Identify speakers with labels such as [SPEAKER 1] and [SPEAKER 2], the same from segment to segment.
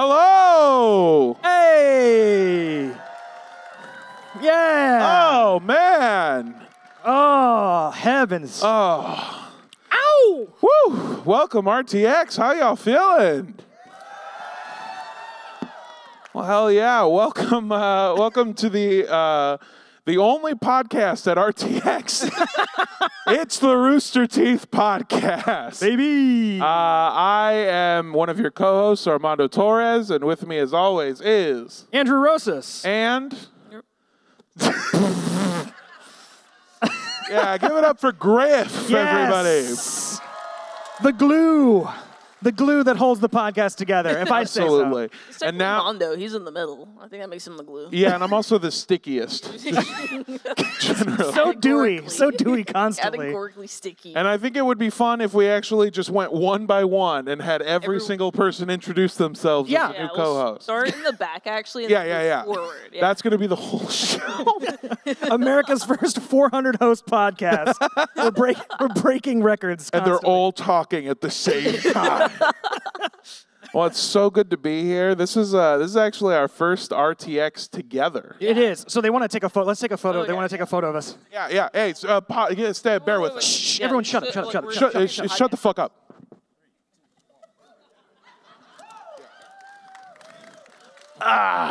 [SPEAKER 1] Hello!
[SPEAKER 2] Hey! Yeah!
[SPEAKER 1] Oh man!
[SPEAKER 2] Oh, heavens.
[SPEAKER 1] Oh,
[SPEAKER 2] Ow!
[SPEAKER 1] woo! Welcome RTX. How y'all feeling? Well, hell yeah! Welcome, uh, welcome to the uh, the only podcast at RTX. it's the Rooster Teeth podcast.
[SPEAKER 2] Baby!
[SPEAKER 1] Uh, I am one of your co-hosts, Armando Torres, and with me, as always, is
[SPEAKER 2] Andrew Rosas.
[SPEAKER 1] And. yeah, give it up for Griff, everybody.
[SPEAKER 2] Yes! The glue. The glue that holds the podcast together, if I say so.
[SPEAKER 1] Absolutely.
[SPEAKER 3] and
[SPEAKER 1] And now.
[SPEAKER 3] Mondo, he's in the middle. I think that makes him the glue.
[SPEAKER 1] Yeah, and I'm also the stickiest. generally.
[SPEAKER 2] So dewy, so dewy constantly.
[SPEAKER 3] Categorically sticky.
[SPEAKER 1] And I think it would be fun if we actually just went one by one and had every
[SPEAKER 3] Every-
[SPEAKER 1] single person introduce themselves
[SPEAKER 2] Yeah.
[SPEAKER 1] as a
[SPEAKER 3] yeah,
[SPEAKER 1] new
[SPEAKER 3] we'll
[SPEAKER 1] co-host.
[SPEAKER 3] Start in the back, actually. And
[SPEAKER 1] yeah,
[SPEAKER 3] then
[SPEAKER 1] yeah,
[SPEAKER 3] move
[SPEAKER 1] yeah.
[SPEAKER 3] Forward. Yeah.
[SPEAKER 1] That's going to be the whole show.
[SPEAKER 2] America's first 400 host podcast. we're, break, we're breaking records.
[SPEAKER 1] and they're
[SPEAKER 2] constantly.
[SPEAKER 1] all talking at the same time. well, it's so good to be here. This is uh, this is actually our first RTX together.
[SPEAKER 2] It is. So they want to take a photo. Let's take a photo.
[SPEAKER 3] Oh,
[SPEAKER 2] they
[SPEAKER 3] yeah,
[SPEAKER 2] want to take a photo of us.
[SPEAKER 1] Yeah, yeah. Hey, it's, uh, po- yeah, stay, bear with
[SPEAKER 3] wait,
[SPEAKER 1] us.
[SPEAKER 3] wait.
[SPEAKER 2] Shh,
[SPEAKER 3] Yeah,
[SPEAKER 2] everyone
[SPEAKER 3] just
[SPEAKER 2] shut up,
[SPEAKER 3] look-
[SPEAKER 2] shut up,
[SPEAKER 3] look,
[SPEAKER 2] shut up,
[SPEAKER 3] we're
[SPEAKER 1] Shut,
[SPEAKER 3] talking
[SPEAKER 1] uh,
[SPEAKER 3] to
[SPEAKER 1] sh- shut the
[SPEAKER 3] podcast.
[SPEAKER 1] fuck up.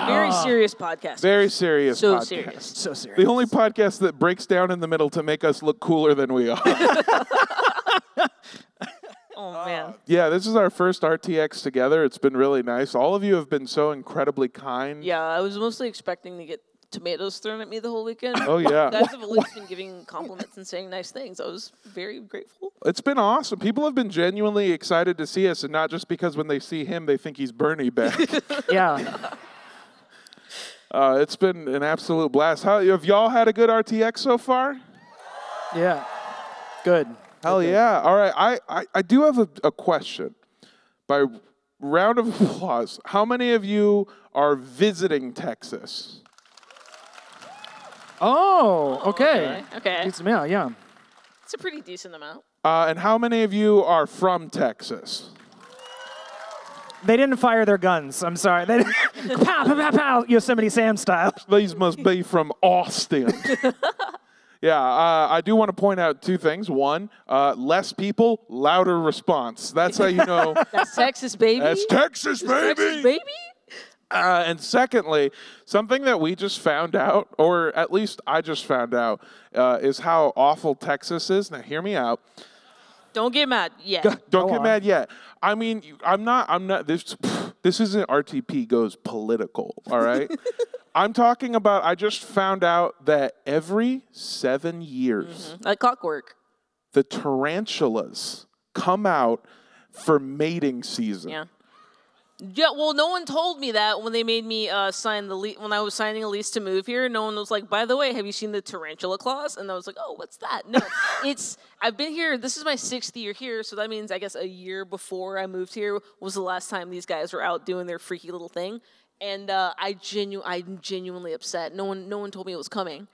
[SPEAKER 3] Very serious podcast.
[SPEAKER 1] Very serious.
[SPEAKER 3] So
[SPEAKER 1] podcast.
[SPEAKER 3] serious.
[SPEAKER 2] So serious.
[SPEAKER 1] The only podcast that breaks down in the middle to make us look cooler than we are.
[SPEAKER 3] Oh, man.
[SPEAKER 1] yeah, this is our first RTX together. It's been really nice. All of you have been so incredibly kind.
[SPEAKER 3] Yeah, I was mostly expecting to get tomatoes thrown at me the whole weekend.
[SPEAKER 1] Oh, yeah.
[SPEAKER 3] You guys have at least been giving compliments and saying nice things. I was very grateful.
[SPEAKER 1] It's been awesome. People have been genuinely excited to see us, and not just because when they see him, they think he's Bernie back.
[SPEAKER 2] yeah.
[SPEAKER 1] Uh, it's been an absolute blast. How, have y'all had a good RTX so far?
[SPEAKER 2] Yeah. Good.
[SPEAKER 1] Hell yeah. All right. I, I, I do have a, a question. By round of applause, how many of you are visiting Texas?
[SPEAKER 2] Oh, okay.
[SPEAKER 3] Okay.
[SPEAKER 2] It's- yeah, yeah.
[SPEAKER 3] It's a pretty decent amount.
[SPEAKER 1] Uh, and how many of you are from Texas?
[SPEAKER 2] They didn't fire their guns. I'm sorry. They didn't- pow, pow, pow, pow, Yosemite Sam style.
[SPEAKER 1] These must be from Austin. yeah, uh, I do want to point out two things. One, uh, less people, louder response. That's how you know
[SPEAKER 3] That's Texas, baby.
[SPEAKER 1] that's Texas,
[SPEAKER 3] Texas, baby.
[SPEAKER 1] Uh, and secondly, something that we just found out, or at least I just found out, uh, is how awful Texas is. Now, hear me out.
[SPEAKER 3] Don't get mad yet.
[SPEAKER 1] Don't
[SPEAKER 2] Go
[SPEAKER 1] get
[SPEAKER 2] on.
[SPEAKER 1] mad yet. I mean, you- I'm not. I'm not. This this isn't RTP goes political. All right. I'm talking about. I just found out that every seven years,
[SPEAKER 2] Mm-hmm.
[SPEAKER 3] Like clockwork.
[SPEAKER 1] the tarantulas come out for mating season.
[SPEAKER 3] Yeah. Yeah, well, no one told me that when they made me uh, sign the lease. When I was signing a lease to move here, no one was like, "By the way, have you seen the tarantula clause?" And I was like, "Oh, what's that?" No, it's I've been here. This is my sixth year here, so that means I guess a year before I moved here was the last time these guys were out doing their freaky little thing. And uh, I genu- I'm genuinely upset. No one, no one told me it was coming.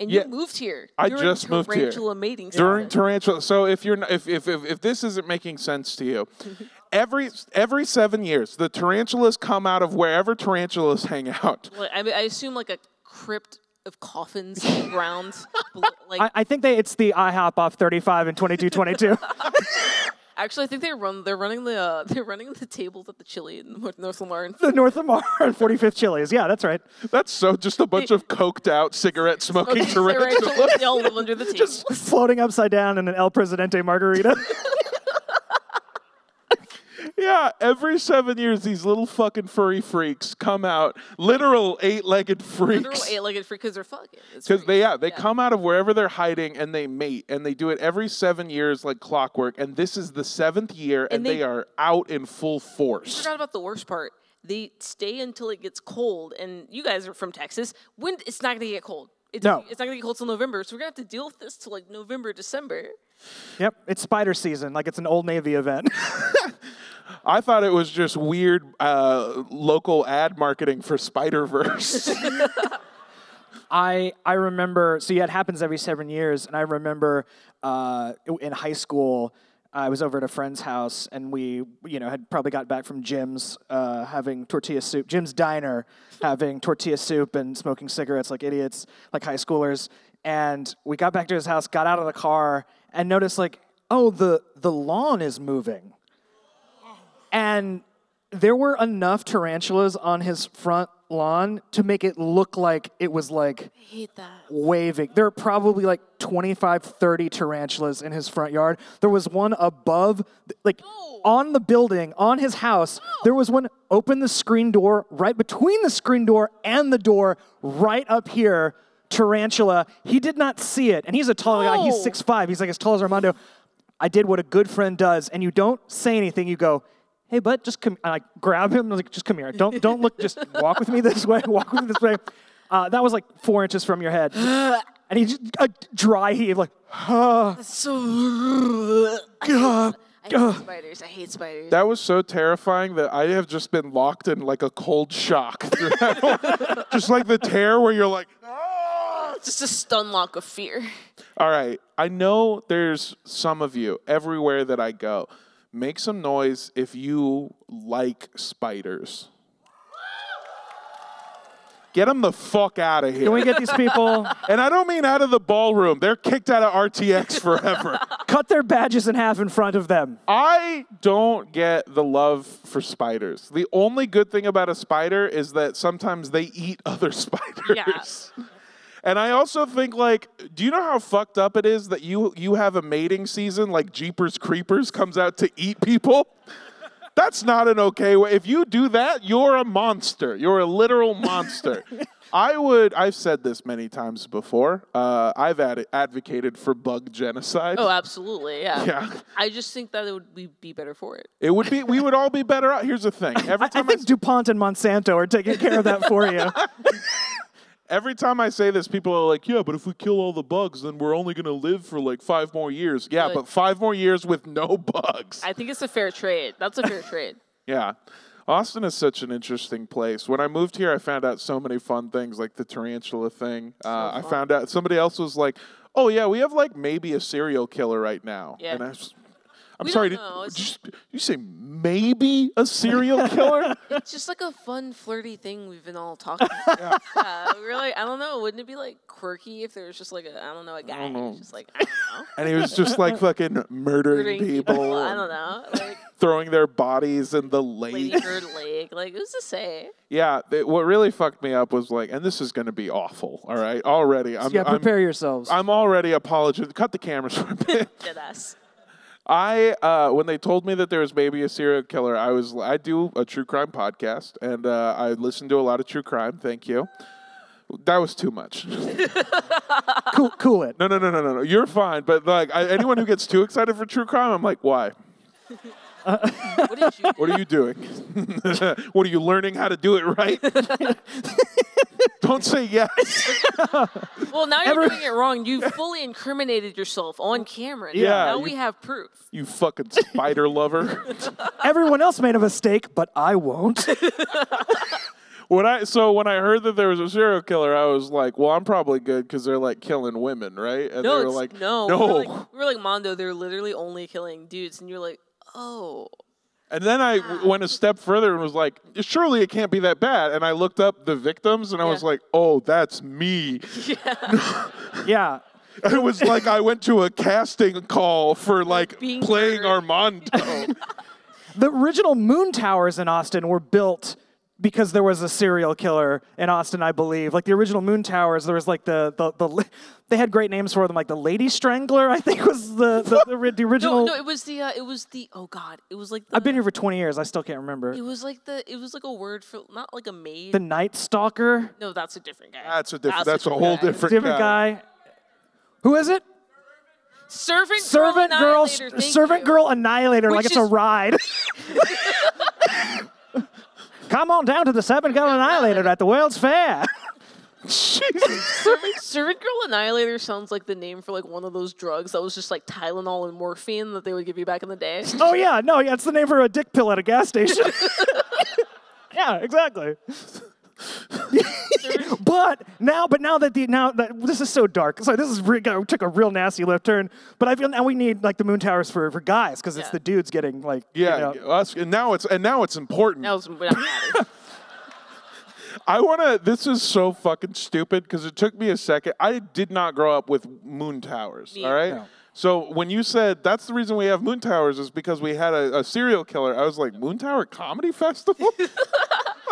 [SPEAKER 3] And
[SPEAKER 1] Yeah.
[SPEAKER 3] you moved here.
[SPEAKER 1] I
[SPEAKER 3] You're in
[SPEAKER 1] just moved here.
[SPEAKER 3] Tarantula mating
[SPEAKER 1] during
[SPEAKER 3] season.
[SPEAKER 1] tarantula. So if you're n- if if if, if this isn't making sense to you, every every seven years the tarantulas come out of wherever tarantulas hang out.
[SPEAKER 3] Well, I, mean, I assume like a crypt of coffins in the ground, bl- like
[SPEAKER 2] I, I think they, it's the IHOP off 35 and 2222.
[SPEAKER 3] Actually, I think they run. They're running the. Uh, they're running the tables at the Chili in North, North Lauren.
[SPEAKER 2] the North Lamar and 45th Chili's. Yeah, that's right.
[SPEAKER 1] That's so just a bunch of coked out cigarette smoking tarantulas.
[SPEAKER 3] they all live under the table.
[SPEAKER 2] Floating upside down in an El Presidente margarita.
[SPEAKER 1] Yeah, every seven years these little fucking furry freaks come out, literal eight legged
[SPEAKER 3] Literal
[SPEAKER 1] freaks.
[SPEAKER 3] eight-legged freak because they're fucking. It's
[SPEAKER 1] Because they
[SPEAKER 3] freaky.
[SPEAKER 1] yeah they come out of wherever they're hiding and they mate and they do it every seven years like clockwork and this is the seventh year and,
[SPEAKER 3] they-
[SPEAKER 1] they are out in full
[SPEAKER 3] I
[SPEAKER 1] force.
[SPEAKER 3] forgot about the worst part. They stay until it gets cold, and you guys are from Texas. When it's not going to get cold. It's,
[SPEAKER 2] No.
[SPEAKER 3] it's not gonna get cold till November, so we're gonna have to deal with this till like November, December.
[SPEAKER 2] Yep, it's spider season. Like it's an old Navy event.
[SPEAKER 1] I thought it was just weird uh, local ad marketing for Spider Verse.
[SPEAKER 2] I I remember. So yeah, it happens every seven years, and I remember uh, in high school. I was over at a friend's house, and we, you know, had probably got back from Jim's uh, having tortilla soup. Jim's diner having tortilla soup and smoking cigarettes like idiots, like high schoolers. And we got back to his house, got out of the car, and noticed like, oh, the the lawn is moving. and there were enough tarantulas on his front lawn to make it look like it was like
[SPEAKER 3] I hate that.
[SPEAKER 2] waving. There are probably like 25, 30 tarantulas in his front yard. There was one above, like on the building, on his house. There was one open the screen door, right between the screen door and the door, right up here, tarantula. He did not see it. And he's a tall guy. He's
[SPEAKER 3] No.
[SPEAKER 2] 6'5. He's like as tall as Armando. I did what a good friend does. And you don't say anything. You go, Hey, bud, just come. And I grab him. and I was like, just come here. Don't don't look. Just walk with me this way. Walk with me this way. Uh, that was like four inches from your head. And he just a dry heave, like,
[SPEAKER 3] So I hate spiders. I hate spiders.
[SPEAKER 1] that was so terrifying that I have just been locked in like a cold shock. throughout. just like the tear where you're like, "Ah!"
[SPEAKER 3] Just a stun lock of fear.
[SPEAKER 1] all right, I know there's some of you everywhere that I go. Make some noise if you like spiders. Get them the fuck out of here.
[SPEAKER 2] can we get these people,
[SPEAKER 1] And I don't mean out of the ballroom. They're kicked out of RTX forever.
[SPEAKER 2] cut their badges in half in front of them?
[SPEAKER 1] I don't get the love for spiders. The only good thing about a spider is that sometimes they eat other spiders. And I also think like, do you know how fucked up it is that you you have a mating season like Jeepers Creepers comes out to eat people? That's not an okay way. If you do that, you're a monster. You're a literal monster. I would. I've said this many times before. Uh, I've ad- advocated for bug genocide.
[SPEAKER 3] Oh, absolutely. Yeah.
[SPEAKER 1] Yeah.
[SPEAKER 3] I just think that it would be- be better for it.
[SPEAKER 1] It would be. We would all be better out. Here's the thing. Every
[SPEAKER 2] I
[SPEAKER 1] time I,
[SPEAKER 2] think DuPont and Monsanto are taking care of that for you.
[SPEAKER 1] every time I say this, people are like, "Yeah, but if we kill all the bugs, then we're only gonna live for like five more years." Yeah,
[SPEAKER 3] Like-
[SPEAKER 1] but five more years with no bugs.
[SPEAKER 3] I think it's a fair trade. That's a fair trade.
[SPEAKER 1] yeah. Austin is such an interesting place. When I moved here, I found out so many fun things, like the tarantula thing. Uh, I found out somebody else was like, "Oh yeah, we have like maybe a serial killer right now,"
[SPEAKER 3] Yeah.
[SPEAKER 1] and I was, I'm
[SPEAKER 3] We
[SPEAKER 1] sorry,
[SPEAKER 3] don't
[SPEAKER 1] did-
[SPEAKER 3] know. It's-
[SPEAKER 1] just- you say maybe a serial killer?
[SPEAKER 3] It's just like a fun, flirty thing we've been all talking about. Yeah. we were like, I don't know. Wouldn't it be like quirky if there was just like a, I don't know, a guy who's
[SPEAKER 1] know.
[SPEAKER 3] just like, I don't know.
[SPEAKER 1] and he was just like fucking murdering
[SPEAKER 3] hurting
[SPEAKER 1] people.
[SPEAKER 3] I
[SPEAKER 1] and-
[SPEAKER 3] don't know. Like,
[SPEAKER 1] throwing their bodies in the lake.
[SPEAKER 3] Lady Bird Lake. Like, who's to say?
[SPEAKER 1] yeah, th- what really fucked me up was like, and this is going to be awful. All right, already. I'm,
[SPEAKER 2] yeah,
[SPEAKER 1] I'm-
[SPEAKER 2] prepare yourselves.
[SPEAKER 1] I'm, already apologizing. Cut the cameras for a bit.
[SPEAKER 3] Dead ass.
[SPEAKER 1] I uh, when they told me that there was maybe a serial killer, I was I do a true crime podcast and uh, I listen to a lot of true crime. Thank you. That was too much.
[SPEAKER 2] cool, cool it.
[SPEAKER 1] No, no, no, no, no, no. You're fine. But like I, anyone who gets too excited for true crime, I'm like, why?
[SPEAKER 3] What did you
[SPEAKER 1] What are you doing? what are you learning how to do it right? Don't say yes.
[SPEAKER 3] Well, now you're
[SPEAKER 2] Every-
[SPEAKER 3] doing it wrong. You fully incriminated yourself on camera. Now-
[SPEAKER 1] Yeah,
[SPEAKER 3] Now
[SPEAKER 1] you-
[SPEAKER 3] we have proof.
[SPEAKER 1] You fucking spider lover.
[SPEAKER 2] Everyone else made a mistake, but I won't.
[SPEAKER 1] when I so when I heard that there was a serial killer, I was like, well, I'm probably good because they're like killing women, right? And
[SPEAKER 3] No,
[SPEAKER 1] they were
[SPEAKER 3] it's,
[SPEAKER 1] like,
[SPEAKER 3] no.
[SPEAKER 1] no.
[SPEAKER 3] We were like, we were like, Mondo, they're literally only killing dudes. And you're like, oh.
[SPEAKER 1] And then I w- went a step further and was like, surely it can't be that bad. And I looked up the victims and I was
[SPEAKER 3] Yeah.
[SPEAKER 1] like, oh, that's me.
[SPEAKER 2] yeah.
[SPEAKER 1] it was like I went to a casting call for like
[SPEAKER 3] Being
[SPEAKER 1] playing
[SPEAKER 3] murdered.
[SPEAKER 1] Armando.
[SPEAKER 2] The original moon towers in Austin were built because there was a serial killer in Austin, I believe. Like the original moon towers, there was like the the, the la- they had great names for them, like the Lady Strangler. I think was the the, the, ri- the
[SPEAKER 3] No,
[SPEAKER 2] original.
[SPEAKER 3] no, it was the, uh, it was the, oh God. It was like the,
[SPEAKER 2] I've been here for 20 years. I still can't remember.
[SPEAKER 3] it was like the, it was like a word for, not like a maid.
[SPEAKER 2] The Night Stalker,
[SPEAKER 3] no, that's a different guy.
[SPEAKER 1] That's a different. That's, a whole
[SPEAKER 3] guy.
[SPEAKER 1] different.
[SPEAKER 2] different guy. Who is it?
[SPEAKER 3] Servant,
[SPEAKER 2] Servant girl,
[SPEAKER 3] girl, Annihilator, thank
[SPEAKER 2] servant
[SPEAKER 3] you.
[SPEAKER 2] girl annihilator. like
[SPEAKER 3] Which
[SPEAKER 2] it's a
[SPEAKER 3] is-
[SPEAKER 2] ride. Come on down to the Servant Girl Annihilator at the World's Fair.
[SPEAKER 1] Jesus.
[SPEAKER 3] Servant, Servant Girl Annihilator sounds like the name for like one of those drugs that was just like Tylenol and morphine that they would give you back in the day.
[SPEAKER 2] Oh yeah, no, yeah, it's the name for a dick pill at a gas station. yeah, exactly. but now, but now that the now that this is so dark. Sorry, this is re- got- took a real nasty left turn. But I feel now we need like the moon towers for for guys because it's
[SPEAKER 3] Yeah.
[SPEAKER 2] the dudes getting like you
[SPEAKER 1] Yeah,
[SPEAKER 2] know-
[SPEAKER 1] us, and now it's and now it's important.
[SPEAKER 3] That was when I had it.
[SPEAKER 1] I want to. This is so fucking stupid because it took me a second. I did not grow up with moon towers.
[SPEAKER 3] Me
[SPEAKER 1] All right.
[SPEAKER 2] No.
[SPEAKER 1] So when you said that's the reason we have moon towers is because we had a, a serial killer, I was like, Moon Tower Comedy Festival.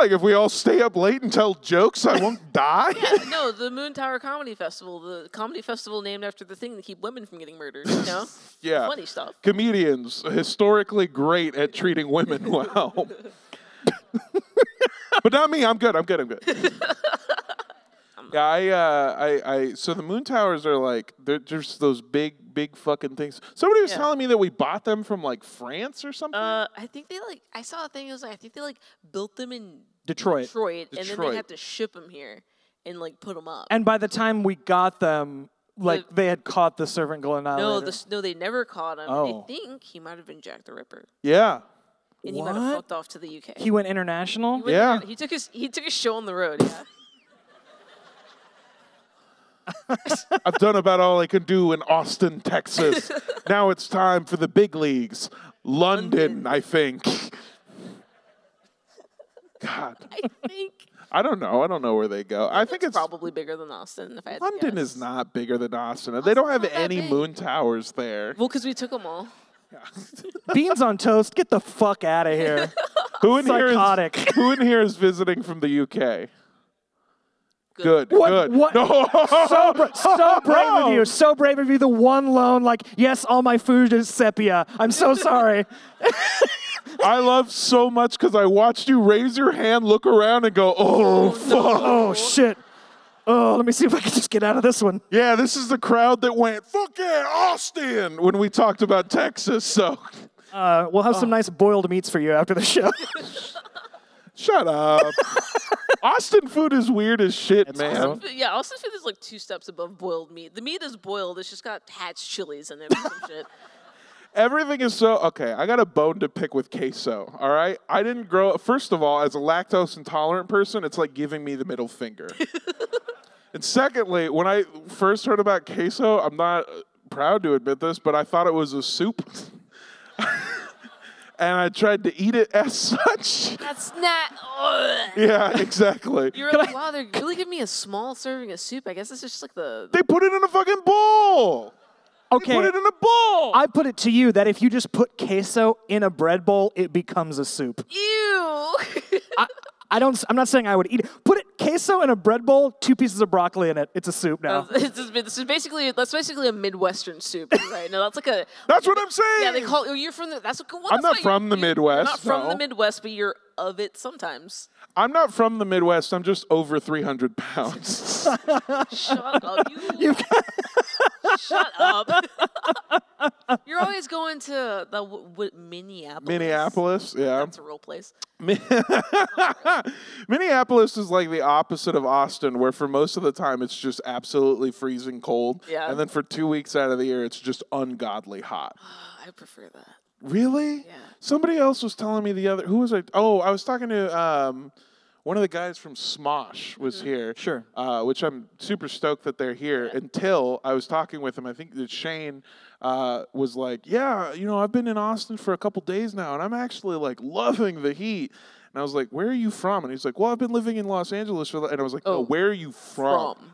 [SPEAKER 1] like if we all stay up late and tell jokes, I won't die.
[SPEAKER 3] Yeah, no, the Moon Tower Comedy Festival, the comedy festival named after the thing to keep women from getting murdered. You know,
[SPEAKER 1] Yeah.
[SPEAKER 3] funny stuff.
[SPEAKER 1] Comedians historically great at treating women well. but not me. I'm good. I'm good. I'm good. Yeah, I, uh, I, I. So the moon towers are like they're just those big, big fucking things. Somebody was
[SPEAKER 3] Yeah.
[SPEAKER 1] telling me that we bought them from like France or something.
[SPEAKER 3] Uh, I think they like. I saw a thing. It was like I think they like built them in
[SPEAKER 2] Detroit.
[SPEAKER 3] Detroit, and then
[SPEAKER 1] Detroit.
[SPEAKER 3] they had to ship them here and like put them up.
[SPEAKER 2] And by the time we got them, like
[SPEAKER 3] The-
[SPEAKER 2] they had caught the servant girl
[SPEAKER 1] Oh,
[SPEAKER 3] no,
[SPEAKER 2] annihilator.
[SPEAKER 3] the, s- no, they never caught him.
[SPEAKER 2] Oh.
[SPEAKER 3] I think he might have been Jack the Ripper,
[SPEAKER 1] yeah.
[SPEAKER 3] and he might have
[SPEAKER 2] What?
[SPEAKER 3] fucked off to the UK.
[SPEAKER 2] he went international.
[SPEAKER 3] He went-
[SPEAKER 1] Yeah.
[SPEAKER 3] he took his he took his show on the road. Yeah,
[SPEAKER 1] I've done about all I can do in Austin, Texas. now it's time for the big leagues. London, I think. God,
[SPEAKER 3] I think
[SPEAKER 1] I don't know. I don't know where they go. I think it's
[SPEAKER 3] probably bigger than Austin. If I had to
[SPEAKER 1] London
[SPEAKER 3] guess.
[SPEAKER 1] is not bigger than Austin. They don't have
[SPEAKER 3] not that
[SPEAKER 1] any
[SPEAKER 3] big.
[SPEAKER 1] moon towers there.
[SPEAKER 3] well because we took them all.
[SPEAKER 2] Beans on toast. Get the fuck out of here.
[SPEAKER 1] Who in
[SPEAKER 2] Psychotic.
[SPEAKER 1] here is who in here is visiting from the UK?
[SPEAKER 3] Good.
[SPEAKER 1] Good.
[SPEAKER 2] What-
[SPEAKER 1] Good.
[SPEAKER 2] what-
[SPEAKER 1] No.
[SPEAKER 2] so, bra- so brave of you. So brave of you. The one lone, like, yes, all my food is sepia. I'm so sorry.
[SPEAKER 1] I love so much because I watched you raise your hand, look around, and go, "Oh, fuck."
[SPEAKER 2] Oh shit. Oh, let me see if I can just get out of this one.
[SPEAKER 1] Yeah, this is the crowd that went, "Fuck yeah, Austin!" when we talked about Texas. So,
[SPEAKER 2] Uh, we'll have some nice boiled meats for you after the show.
[SPEAKER 1] shut up. Austin food is weird as shit, man.
[SPEAKER 3] Austin food- yeah, Austin food is like two steps above boiled meat. The meat is boiled. It's just got hatch chilies in it. or Some shit.
[SPEAKER 1] Everything is so okay. I got a bone to pick with queso. All right, I didn't grow. First of all, as a lactose intolerant person, it's like giving me the middle finger. and secondly, when I first heard about queso, I'm not uh, proud to admit this, but I thought it was a soup, and I tried to eat it as such.
[SPEAKER 3] That's not. Ugh.
[SPEAKER 1] yeah, exactly.
[SPEAKER 3] You're like, wow, they're really giving me a small serving of soup. I guess this is just like the.
[SPEAKER 1] they put it in a fucking bowl. They
[SPEAKER 2] Okay.
[SPEAKER 1] put it in a bowl.
[SPEAKER 2] I put it to you that if you just put queso in a bread bowl, it becomes a soup.
[SPEAKER 3] Ew.
[SPEAKER 1] Oh.
[SPEAKER 2] I, I don't. s- I'm not saying I would eat it. Put it queso in a bread bowl, two pieces of broccoli in it. It's a soup now.
[SPEAKER 3] this, is, this is basically that's basically a Midwestern soup, right? No, that's like a.
[SPEAKER 1] That's what I'm saying.
[SPEAKER 3] Yeah, they call oh, you're from the. That's what. well,
[SPEAKER 1] I'm
[SPEAKER 3] that's
[SPEAKER 1] not
[SPEAKER 3] why you're-
[SPEAKER 1] from the
[SPEAKER 3] you're- You're not
[SPEAKER 1] Midwest,
[SPEAKER 3] from
[SPEAKER 1] no.
[SPEAKER 3] the Midwest, but you're of it sometimes.
[SPEAKER 1] I'm not from the Midwest. I'm just over 300 pounds.
[SPEAKER 3] Shut up. You. Shut up. You're always going to the w- w- Minneapolis.
[SPEAKER 1] Minneapolis, yeah.
[SPEAKER 3] That's a real place.
[SPEAKER 1] Minneapolis is like the opposite of Austin, where for most of the time it's just absolutely freezing cold.
[SPEAKER 3] Yeah.
[SPEAKER 1] And then for two weeks out of the year, it's just ungodly hot.
[SPEAKER 3] Oh, I prefer that.
[SPEAKER 1] Really?
[SPEAKER 3] Yeah.
[SPEAKER 1] Somebody else was telling me the other. Who was I? Oh, I was talking to um, one of the guys from Smosh was
[SPEAKER 3] Mm-hmm.
[SPEAKER 1] here.
[SPEAKER 2] Sure.
[SPEAKER 1] Uh, which I'm super stoked that they're here. Until I was talking with him, I think that Shane uh, was like, "Yeah, you know, I've been in Austin for a couple days now, and I'm actually like loving the heat." And I was like, "Where are you from?" And he's like, "Well, I've been living in Los Angeles for," the-" and I was like, "No,
[SPEAKER 3] Oh,
[SPEAKER 1] where are you from?"
[SPEAKER 3] From.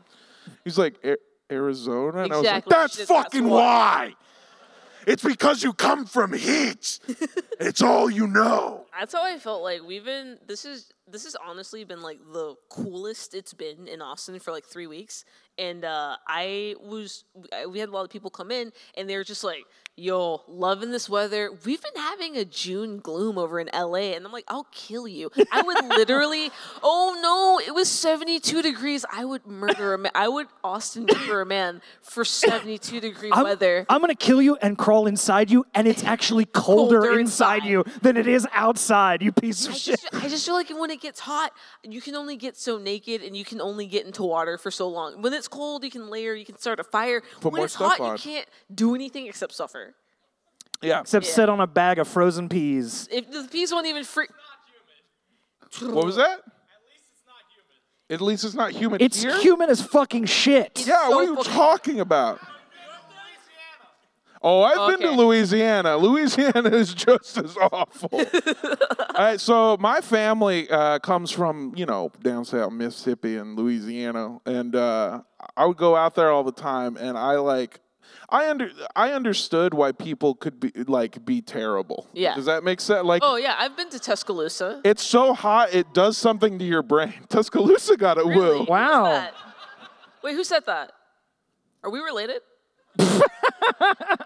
[SPEAKER 1] He's like, "A- Arizona, and I was like,
[SPEAKER 3] Exactly.
[SPEAKER 1] "That's
[SPEAKER 3] Shit, that's
[SPEAKER 1] fucking
[SPEAKER 3] why."
[SPEAKER 1] why." It's because you come from heat. it's all you know.
[SPEAKER 3] That's how I felt like we've been this is this has honestly been like the coolest it's been in Austin for like three weeks. and uh, I was I- we had a lot of people come in, and they were just like, "Yo, loving this weather. We've been having a June gloom over in LA," and I'm like, "I'll kill you. I would literally. oh no, it was 72 degrees. I would murder a man. I would Austin murder a man for 72 degree
[SPEAKER 4] I'm,
[SPEAKER 3] weather."
[SPEAKER 4] I'm gonna kill you and crawl inside you, and it's actually colder,
[SPEAKER 3] Colder
[SPEAKER 4] inside,
[SPEAKER 3] inside.
[SPEAKER 4] you than it is outside. You piece of
[SPEAKER 3] I
[SPEAKER 4] shit.
[SPEAKER 3] just, I just feel like when it gets hot, you can only get so naked and you can only get into water for so long. When it's cold, you can layer, you can start a fire. when
[SPEAKER 1] more
[SPEAKER 3] it's
[SPEAKER 1] stuff
[SPEAKER 3] hot,
[SPEAKER 1] on.
[SPEAKER 3] you can't do anything except suffer.
[SPEAKER 1] Yeah.
[SPEAKER 4] Except sit on a bag of frozen peas.
[SPEAKER 3] If the peas won't even freak.
[SPEAKER 1] What was that? At least it's not human.
[SPEAKER 4] It's
[SPEAKER 1] here?
[SPEAKER 4] human as fucking shit.
[SPEAKER 1] Yeah,
[SPEAKER 3] so
[SPEAKER 1] what are you
[SPEAKER 3] fucking-
[SPEAKER 1] talking about? Oh, I've been
[SPEAKER 3] Okay.
[SPEAKER 1] to Louisiana. Louisiana is just as awful. All right, so my family uh, comes from you know down south Mississippi and Louisiana, and uh, I would go out there all the time, and I like. I under I understood why people could be like be terrible.
[SPEAKER 3] Yeah.
[SPEAKER 1] Does that make sense? Like
[SPEAKER 3] Oh, yeah, I've been to Tuscaloosa.
[SPEAKER 1] it's so hot it does something to your brain. Tuscaloosa got a
[SPEAKER 3] Really?
[SPEAKER 1] woo.
[SPEAKER 3] Who's
[SPEAKER 4] Wow.
[SPEAKER 3] that? Wait, who said that? Are we related?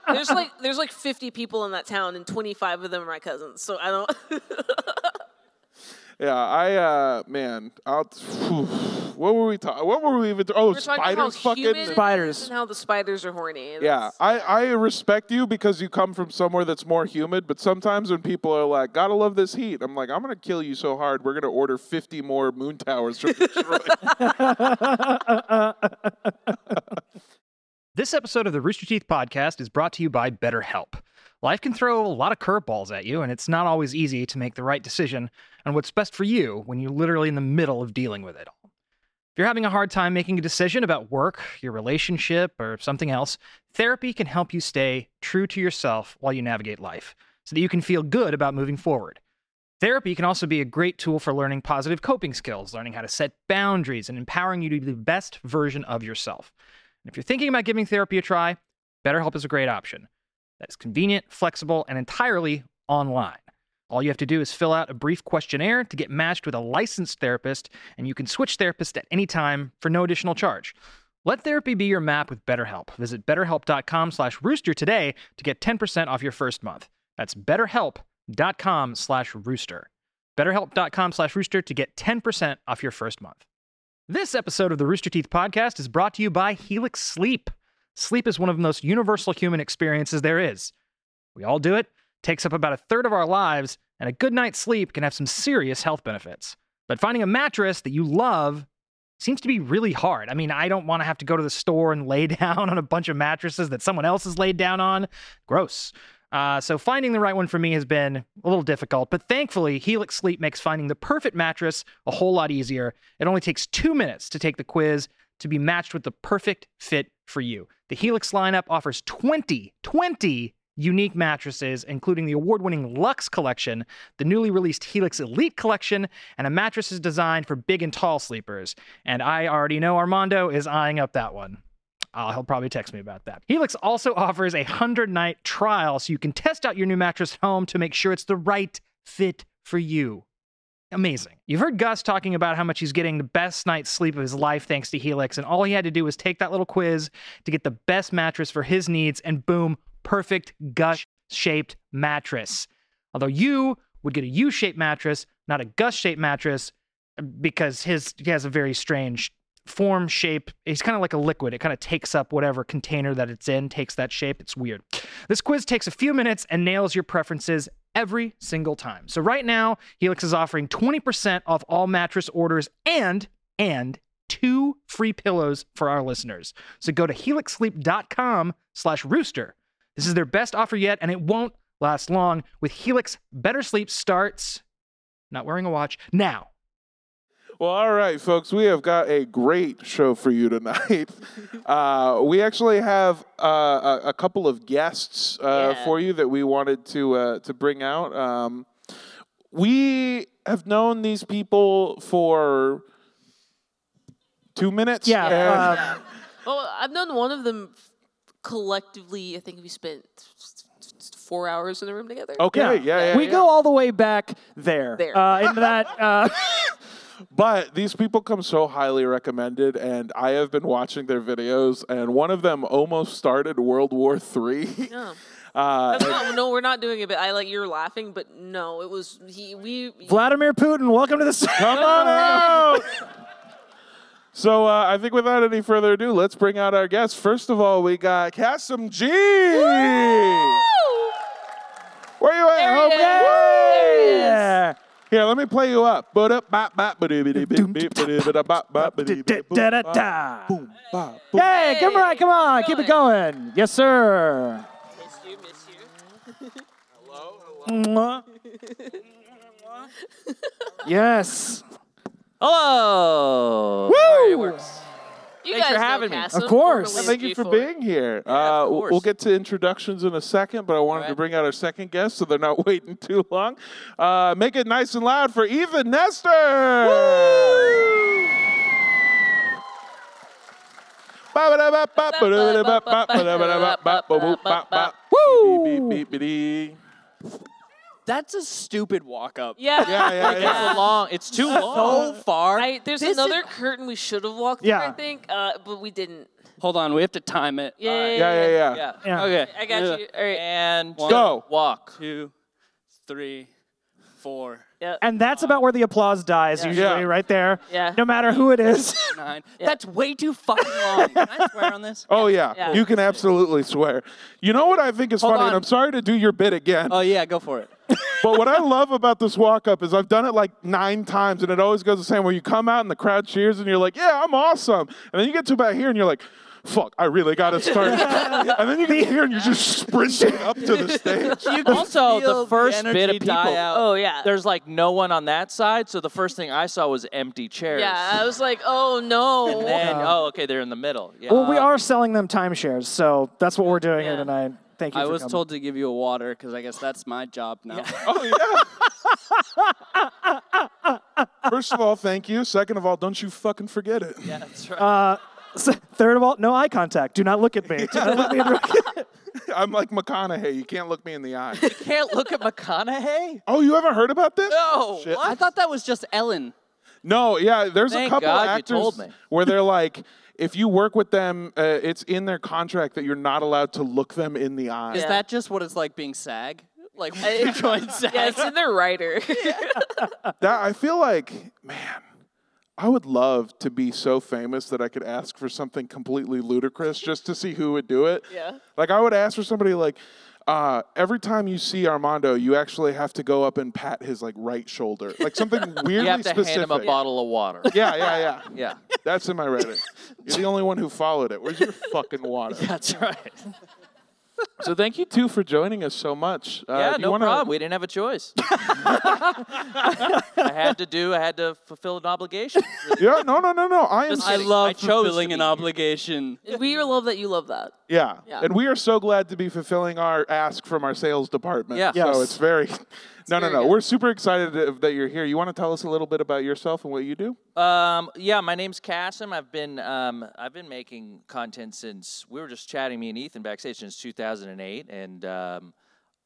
[SPEAKER 3] there's like there's like 50 people in that town and 25 of them are my cousins. So I don't
[SPEAKER 1] Yeah, I uh man, I'll phew, what were we talking? What were we even? ta- oh,
[SPEAKER 3] We're talking about how
[SPEAKER 1] spiders, fucking.
[SPEAKER 3] human-
[SPEAKER 4] Spiders.
[SPEAKER 3] and how the spiders are horny. and
[SPEAKER 1] yeah,
[SPEAKER 3] that's-
[SPEAKER 1] I I respect you because you come from somewhere that's more humid. But sometimes when people are like, "Gotta love this heat," I'm like, "I'm gonna kill you so hard. We're gonna order 50 more moon towers from Detroit."
[SPEAKER 2] This episode of the Rooster Teeth podcast is brought to you by BetterHelp. Life can throw a lot of curveballs at you, and it's not always easy to make the right decision on what's best for you when you're literally in the middle of dealing with it all. If you're having a hard time making a decision about work, your relationship, or something else, therapy can help you stay true to yourself while you navigate life so that you can feel good about moving forward. Therapy can also be a great tool for learning positive coping skills, learning how to set boundaries, and empowering you to be the best version of yourself. And if you're thinking about giving therapy a try, BetterHelp is a great option. That's convenient, flexible, and entirely online. All you have to do is fill out a brief questionnaire to get matched with a licensed therapist, and you can switch therapists at any time for no additional charge. Let therapy be your map with BetterHelp. Visit betterhelp.com slash rooster today to get 10% off your first month. That's betterhelp.com slash rooster. betterhelp.com slash rooster to get 10% off your first month. This episode of the Rooster Teeth podcast is brought to you by Helix Sleep. Sleep is one of the most universal human experiences there is. We all do it, takes up about a third of our lives, and a good night's sleep can have some serious health benefits. But finding a mattress that you love seems to be really hard. I mean, I don't want to have to go to the store and lay down on a bunch of mattresses that someone else has laid down on. Gross. Uh, so finding the right one for me has been a little difficult, but thankfully, Helix Sleep makes finding the perfect mattress a whole lot easier. It only takes two minutes to take the quiz to be matched with the perfect fit for you. The Helix lineup offers 20, 20 unique mattresses, including the award winning Lux collection, the newly released Helix Elite collection, and a mattress is designed for big and tall sleepers. And I already know Armando is eyeing up that one. Uh, he'll probably text me about that. Helix also offers a 100 night trial so you can test out your new mattress at home to make sure it's the right fit for you. Amazing. You've heard Gus talking about how much he's getting the best night's sleep of his life thanks to Helix, and all he had to do was take that little quiz to get the best mattress for his needs, and boom, perfect gush shaped mattress. Although you would get a U shaped mattress, not a gush shaped mattress, because his he has a very strange form shape. It's kind of like a liquid. It kind of takes up whatever container that it's in, takes that shape. It's weird. This quiz takes a few minutes and nails your preferences every single time. So right now, Helix is offering 20% off all mattress orders and and two free pillows for our listeners. So go to helixsleep.com slash rooster. This is their best offer yet, and it won't last long. With Helix, better sleep starts not wearing a watch now.
[SPEAKER 1] Well, all right, folks, we have got a great show for you tonight. uh, we actually have uh, a, a couple of guests uh,
[SPEAKER 3] Yeah.
[SPEAKER 1] for you that we wanted to uh, to bring out. Um, we have known these people for two minutes.
[SPEAKER 4] Yeah.
[SPEAKER 1] and-
[SPEAKER 4] uh,
[SPEAKER 3] Well, I've known one of them collectively. I think we spent four hours in the
[SPEAKER 1] Oh.
[SPEAKER 3] room together.
[SPEAKER 1] okay, yeah, yeah.
[SPEAKER 4] uh, we
[SPEAKER 1] yeah.
[SPEAKER 4] go all the way back there.
[SPEAKER 3] There.
[SPEAKER 4] Uh, in that, uh,
[SPEAKER 1] But these people come so highly recommended, and I have been watching their videos, and one of them almost started World War Three.
[SPEAKER 3] No.
[SPEAKER 1] Uh,
[SPEAKER 3] That's not, no, we're not doing it. But I like you're laughing, but no, it was he. We
[SPEAKER 2] Vladimir Putin, welcome to the
[SPEAKER 1] Come on out. So uh, I think without any further ado, let's bring out our guests. First of all, we got Cassim G. Where you at,
[SPEAKER 3] There he
[SPEAKER 1] homie?
[SPEAKER 3] is. There
[SPEAKER 1] Woo! Here, let me play you up. Ba-da, bop, bop, ba-doo, ba-doo, ba-doo, ba-doo, ba-da, bop, bop, ba-doo, ba-doo,
[SPEAKER 2] Da da
[SPEAKER 1] bop,
[SPEAKER 2] da.
[SPEAKER 1] boom, bop, boom.
[SPEAKER 2] Hey, come on, come on, keep it going. Yes, sir.
[SPEAKER 3] Miss you, miss you.
[SPEAKER 2] Mwah. Yes,
[SPEAKER 5] Hello.
[SPEAKER 2] Woo!
[SPEAKER 5] It works.
[SPEAKER 3] You
[SPEAKER 5] Thanks
[SPEAKER 3] guys
[SPEAKER 5] for
[SPEAKER 3] know
[SPEAKER 5] having me.
[SPEAKER 3] Cassim,
[SPEAKER 2] Of course.
[SPEAKER 3] formerly
[SPEAKER 1] Thank
[SPEAKER 3] of
[SPEAKER 1] you for
[SPEAKER 3] G4.
[SPEAKER 1] being here.
[SPEAKER 5] Yeah,
[SPEAKER 1] uh,
[SPEAKER 5] of
[SPEAKER 1] we'll- we'll
[SPEAKER 5] course.
[SPEAKER 1] get to introductions in a second, but I wanted to
[SPEAKER 5] Alright.
[SPEAKER 1] bring out our second guest so they're not waiting too long. Uh, make it nice and loud for Ethan Nestor. Woo!
[SPEAKER 5] That's a stupid walk up.
[SPEAKER 3] Yeah,
[SPEAKER 1] Yeah, yeah,
[SPEAKER 5] It's
[SPEAKER 1] yeah.
[SPEAKER 5] a long. It's too long. So far.
[SPEAKER 3] I, there's
[SPEAKER 5] This is-
[SPEAKER 3] another curtain we should have walked
[SPEAKER 2] Yeah.
[SPEAKER 3] through, I think, uh, but we didn't.
[SPEAKER 5] Hold on. We have to time it.
[SPEAKER 3] Yeah,
[SPEAKER 5] All right.
[SPEAKER 1] Yeah, yeah, yeah.
[SPEAKER 5] Yeah.
[SPEAKER 2] Yeah.
[SPEAKER 5] Okay.
[SPEAKER 3] I got you. All right.
[SPEAKER 5] And one,
[SPEAKER 1] go.
[SPEAKER 5] Walk. Two, three, four,
[SPEAKER 3] Yeah.
[SPEAKER 2] and that's about where the applause dies usually,
[SPEAKER 1] Yeah.
[SPEAKER 2] right there.
[SPEAKER 3] Yeah.
[SPEAKER 2] No matter who it is.
[SPEAKER 5] nine. That's way too fucking long. Can I swear on this?
[SPEAKER 1] Oh yeah.
[SPEAKER 3] Yeah.
[SPEAKER 1] you can absolutely swear. You know what I think is
[SPEAKER 5] Hold
[SPEAKER 1] funny, and
[SPEAKER 5] on.
[SPEAKER 1] I'm sorry to do your bit again.
[SPEAKER 5] Oh yeah, go for it.
[SPEAKER 1] but what I love about this walk up is I've done it like nine times, and it always goes the same. Where you come out and the crowd cheers, and you're like, "Yeah, I'm awesome," and then you get to about here, and you're like. Fuck, I really gotta start. and then you get here and you're just sprinting up to the stage.
[SPEAKER 5] also,
[SPEAKER 2] feel
[SPEAKER 5] the
[SPEAKER 2] the
[SPEAKER 5] first bit
[SPEAKER 2] energy
[SPEAKER 5] of
[SPEAKER 2] die
[SPEAKER 5] people.
[SPEAKER 2] out.
[SPEAKER 3] Oh, yeah.
[SPEAKER 5] There's like no one on that side, so the first thing I saw was empty chairs.
[SPEAKER 3] Yeah, I was like, oh no.
[SPEAKER 5] And then, oh, okay, they're in the middle. Yeah.
[SPEAKER 2] well, we are selling them timeshares, so that's what we're doing here
[SPEAKER 3] Yeah.
[SPEAKER 2] tonight. Thank you.
[SPEAKER 6] I
[SPEAKER 2] for
[SPEAKER 6] was
[SPEAKER 2] coming.
[SPEAKER 6] told to give you a water because I guess that's my job now.
[SPEAKER 1] oh, yeah. First of all, thank you. Second of all, don't you fucking forget it.
[SPEAKER 5] That's right.
[SPEAKER 2] Third of all, no eye contact. Do not look at me. Do not look me in the-
[SPEAKER 1] I'm like McConaughey. You can't look me in the eye.
[SPEAKER 5] Can't look at McConaughey.
[SPEAKER 1] oh, you haven't heard about this?
[SPEAKER 5] No.
[SPEAKER 1] Shit.
[SPEAKER 6] I thought that was just Ellen.
[SPEAKER 1] No, yeah, there's a
[SPEAKER 5] Thank
[SPEAKER 1] couple
[SPEAKER 5] God you
[SPEAKER 1] actors
[SPEAKER 5] told me.
[SPEAKER 1] where they're like, if you work with them, uh, it's in their contract that you're not allowed to look them in the eye.
[SPEAKER 6] Is
[SPEAKER 3] Yeah.
[SPEAKER 6] that just what it's like being SAG? Like when you join SAG?
[SPEAKER 3] Yeah, it's in their writer.
[SPEAKER 1] That I feel like, man, I would love to be so famous that I could ask for something completely ludicrous just to see who would do it.
[SPEAKER 3] Yeah.
[SPEAKER 1] Like I would ask for somebody like. Uh, every time you see Armando, you actually have to go up and pat his like right shoulder, like something weirdly
[SPEAKER 5] You have to
[SPEAKER 1] specific.
[SPEAKER 5] hand him a bottle of water.
[SPEAKER 1] Yeah, yeah, yeah,
[SPEAKER 5] Yeah.
[SPEAKER 1] That's in my Reddit. You're the only one who followed it. Where's your fucking water?
[SPEAKER 5] That's right.
[SPEAKER 1] So thank you too for joining us so much. Uh,
[SPEAKER 5] Yeah,
[SPEAKER 1] do you
[SPEAKER 5] no
[SPEAKER 1] wanna-
[SPEAKER 5] problem. We didn't have a choice. I had to do. I had to fulfill an obligation.
[SPEAKER 1] Yeah, no, no, no, no. I am.
[SPEAKER 5] Just
[SPEAKER 6] I
[SPEAKER 5] kidding.
[SPEAKER 6] love
[SPEAKER 5] I chose
[SPEAKER 6] fulfilling
[SPEAKER 5] to
[SPEAKER 6] an
[SPEAKER 5] be here.
[SPEAKER 6] obligation.
[SPEAKER 3] we love that you love that.
[SPEAKER 1] yeah.
[SPEAKER 3] Yeah.
[SPEAKER 1] and we are so glad to be fulfilling our ask from our sales department.
[SPEAKER 5] Yeah.
[SPEAKER 1] so
[SPEAKER 2] Yes.
[SPEAKER 1] it's very. No, no,
[SPEAKER 3] very
[SPEAKER 1] no.
[SPEAKER 3] good.
[SPEAKER 1] We're super excited that- that you're here. You want to tell us a little bit about yourself and what you do?
[SPEAKER 5] Um, yeah, my name's Cassim. I've been um, I've been making content since we were just chatting me and Ethan backstage since 2008, and um,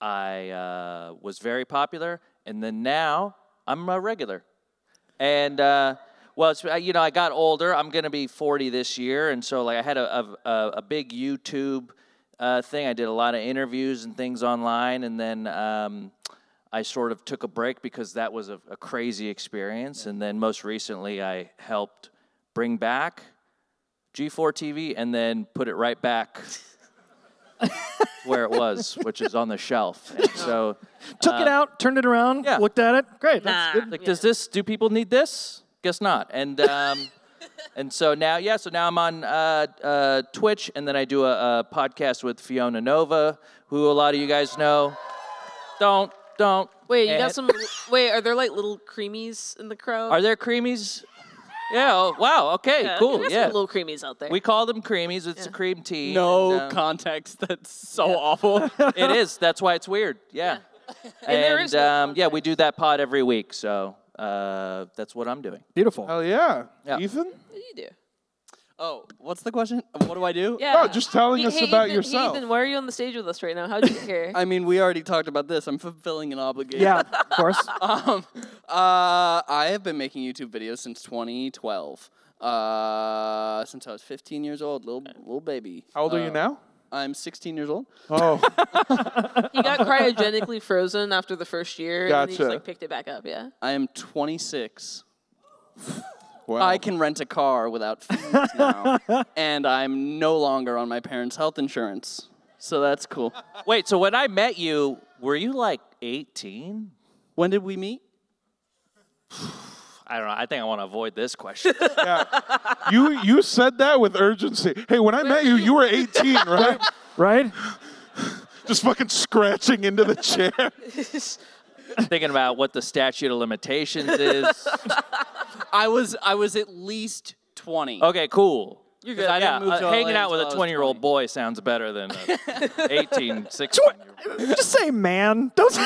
[SPEAKER 5] I uh, was very popular. And then now I'm a regular. And uh, well, it's, uh, you know, I got older. I'm gonna be 40 this year, and so like I had a a, a, a big YouTube uh, thing. I did a lot of interviews and things online, and then um, I sort of took a break because that was a, a crazy experience. And then most recently, I helped bring back G4 TV, and then put it right back. where it was, which is on the shelf. And so
[SPEAKER 2] Took it out, turned it around,
[SPEAKER 5] Uh, yeah.
[SPEAKER 2] looked at it. Great. That's
[SPEAKER 3] Nah.
[SPEAKER 2] good.
[SPEAKER 5] like does this do people need this guess not and um and so now yeah so now i'm on uh, uh, twitch and then i do a, a podcast with fiona nova who a lot of you guys know don't don't
[SPEAKER 3] Wait, you
[SPEAKER 5] And-
[SPEAKER 3] got some. Wait, are there like little creamies in the crowd?
[SPEAKER 5] are there creamies yeah oh, wow okay
[SPEAKER 3] Yeah, you
[SPEAKER 5] cool
[SPEAKER 3] got
[SPEAKER 5] yeah
[SPEAKER 3] Some little creamies out there.
[SPEAKER 5] we call them creamies it's a cream tea
[SPEAKER 6] No
[SPEAKER 5] and, um,
[SPEAKER 6] context. That's so awful.
[SPEAKER 5] it is that's why it's weird yeah, and,
[SPEAKER 3] there is no
[SPEAKER 5] um, yeah we do that pod every week so uh, that's what i'm doing
[SPEAKER 2] Beautiful.
[SPEAKER 1] Hell yeah,
[SPEAKER 5] Yeah.
[SPEAKER 1] Ethan.
[SPEAKER 3] What do you do?
[SPEAKER 6] Oh, what's the question? What do I do?
[SPEAKER 3] Yeah.
[SPEAKER 1] No, Oh, just telling
[SPEAKER 3] Hey,
[SPEAKER 1] us
[SPEAKER 3] hey,
[SPEAKER 1] about
[SPEAKER 3] Ethan,
[SPEAKER 1] yourself.
[SPEAKER 3] Ethan, why are you on the stage with us right now? How do you care?
[SPEAKER 6] I mean, we already talked about this. I'm fulfilling an obligation.
[SPEAKER 2] Yeah, of course.
[SPEAKER 6] um, uh, I have been making YouTube videos since 2012. Uh, since I was 15 years old, little little baby.
[SPEAKER 1] How old are you
[SPEAKER 6] Uh,
[SPEAKER 1] now?
[SPEAKER 6] I'm 16 years old.
[SPEAKER 1] Oh,
[SPEAKER 3] he got cryogenically frozen after the first year, and then he just
[SPEAKER 1] Gotcha.
[SPEAKER 3] like picked it back up. Yeah.
[SPEAKER 6] I am 26.
[SPEAKER 1] wow.
[SPEAKER 6] I can rent a car without fees now, and I'm no longer on my parents' health insurance. So that's cool.
[SPEAKER 5] Wait, so when I met you, were you like 18?
[SPEAKER 6] When did we meet?
[SPEAKER 5] I don't know. I think I want to avoid this question.
[SPEAKER 1] you you said that with urgency. Hey, when I met you, you were 18, right?
[SPEAKER 2] Right?
[SPEAKER 1] Just fucking scratching into the chair.
[SPEAKER 5] Thinking about what the statute of limitations is.
[SPEAKER 6] I was I was at least 20.
[SPEAKER 5] Okay, cool. You're
[SPEAKER 6] good. I
[SPEAKER 5] yeah,
[SPEAKER 6] didn't move
[SPEAKER 5] uh,
[SPEAKER 6] to
[SPEAKER 5] hanging
[SPEAKER 6] LA
[SPEAKER 5] out with
[SPEAKER 6] until I
[SPEAKER 5] a
[SPEAKER 6] was
[SPEAKER 5] 20-year-old
[SPEAKER 6] 20.
[SPEAKER 5] boy sounds better than a 18, 16 year old.
[SPEAKER 2] Just say man. Don't say,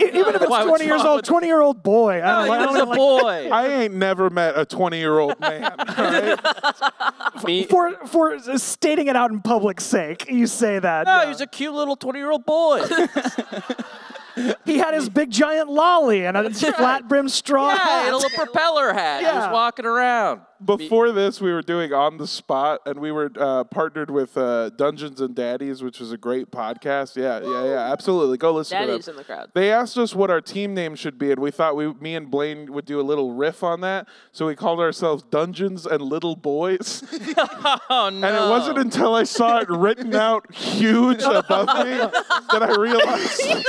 [SPEAKER 2] e- even if it's
[SPEAKER 5] Why would
[SPEAKER 2] 20 years
[SPEAKER 5] someone-
[SPEAKER 2] old, 20 year old boy. I don't know. I
[SPEAKER 5] He
[SPEAKER 2] don't
[SPEAKER 5] was a
[SPEAKER 2] like-
[SPEAKER 5] boy.
[SPEAKER 1] I ain't never met a 20 year old man. all right?
[SPEAKER 6] Me-
[SPEAKER 2] for for stating it out in public's sake, you say that.
[SPEAKER 5] No,
[SPEAKER 2] yeah.
[SPEAKER 5] he was a cute little 20-year-old boy.
[SPEAKER 2] he had his big giant lolly and a flat brim straw
[SPEAKER 5] yeah, a
[SPEAKER 2] hat.
[SPEAKER 5] little propeller hat. He
[SPEAKER 2] Yeah.
[SPEAKER 5] was walking around.
[SPEAKER 1] Before this, we were doing on the spot, and we were uh, partnered with uh, Dungeons and Daddies, which is a great podcast. Yeah, yeah, yeah, absolutely. Go listen to
[SPEAKER 3] Daddy's
[SPEAKER 1] them.
[SPEAKER 3] in the crowd.
[SPEAKER 1] They asked us what our team name should be, and we thought we, me and Blaine, would do a little riff on that. So we called ourselves Dungeons and Little Boys.
[SPEAKER 5] Oh, no.
[SPEAKER 1] And it wasn't until I saw it written out huge above me that I realized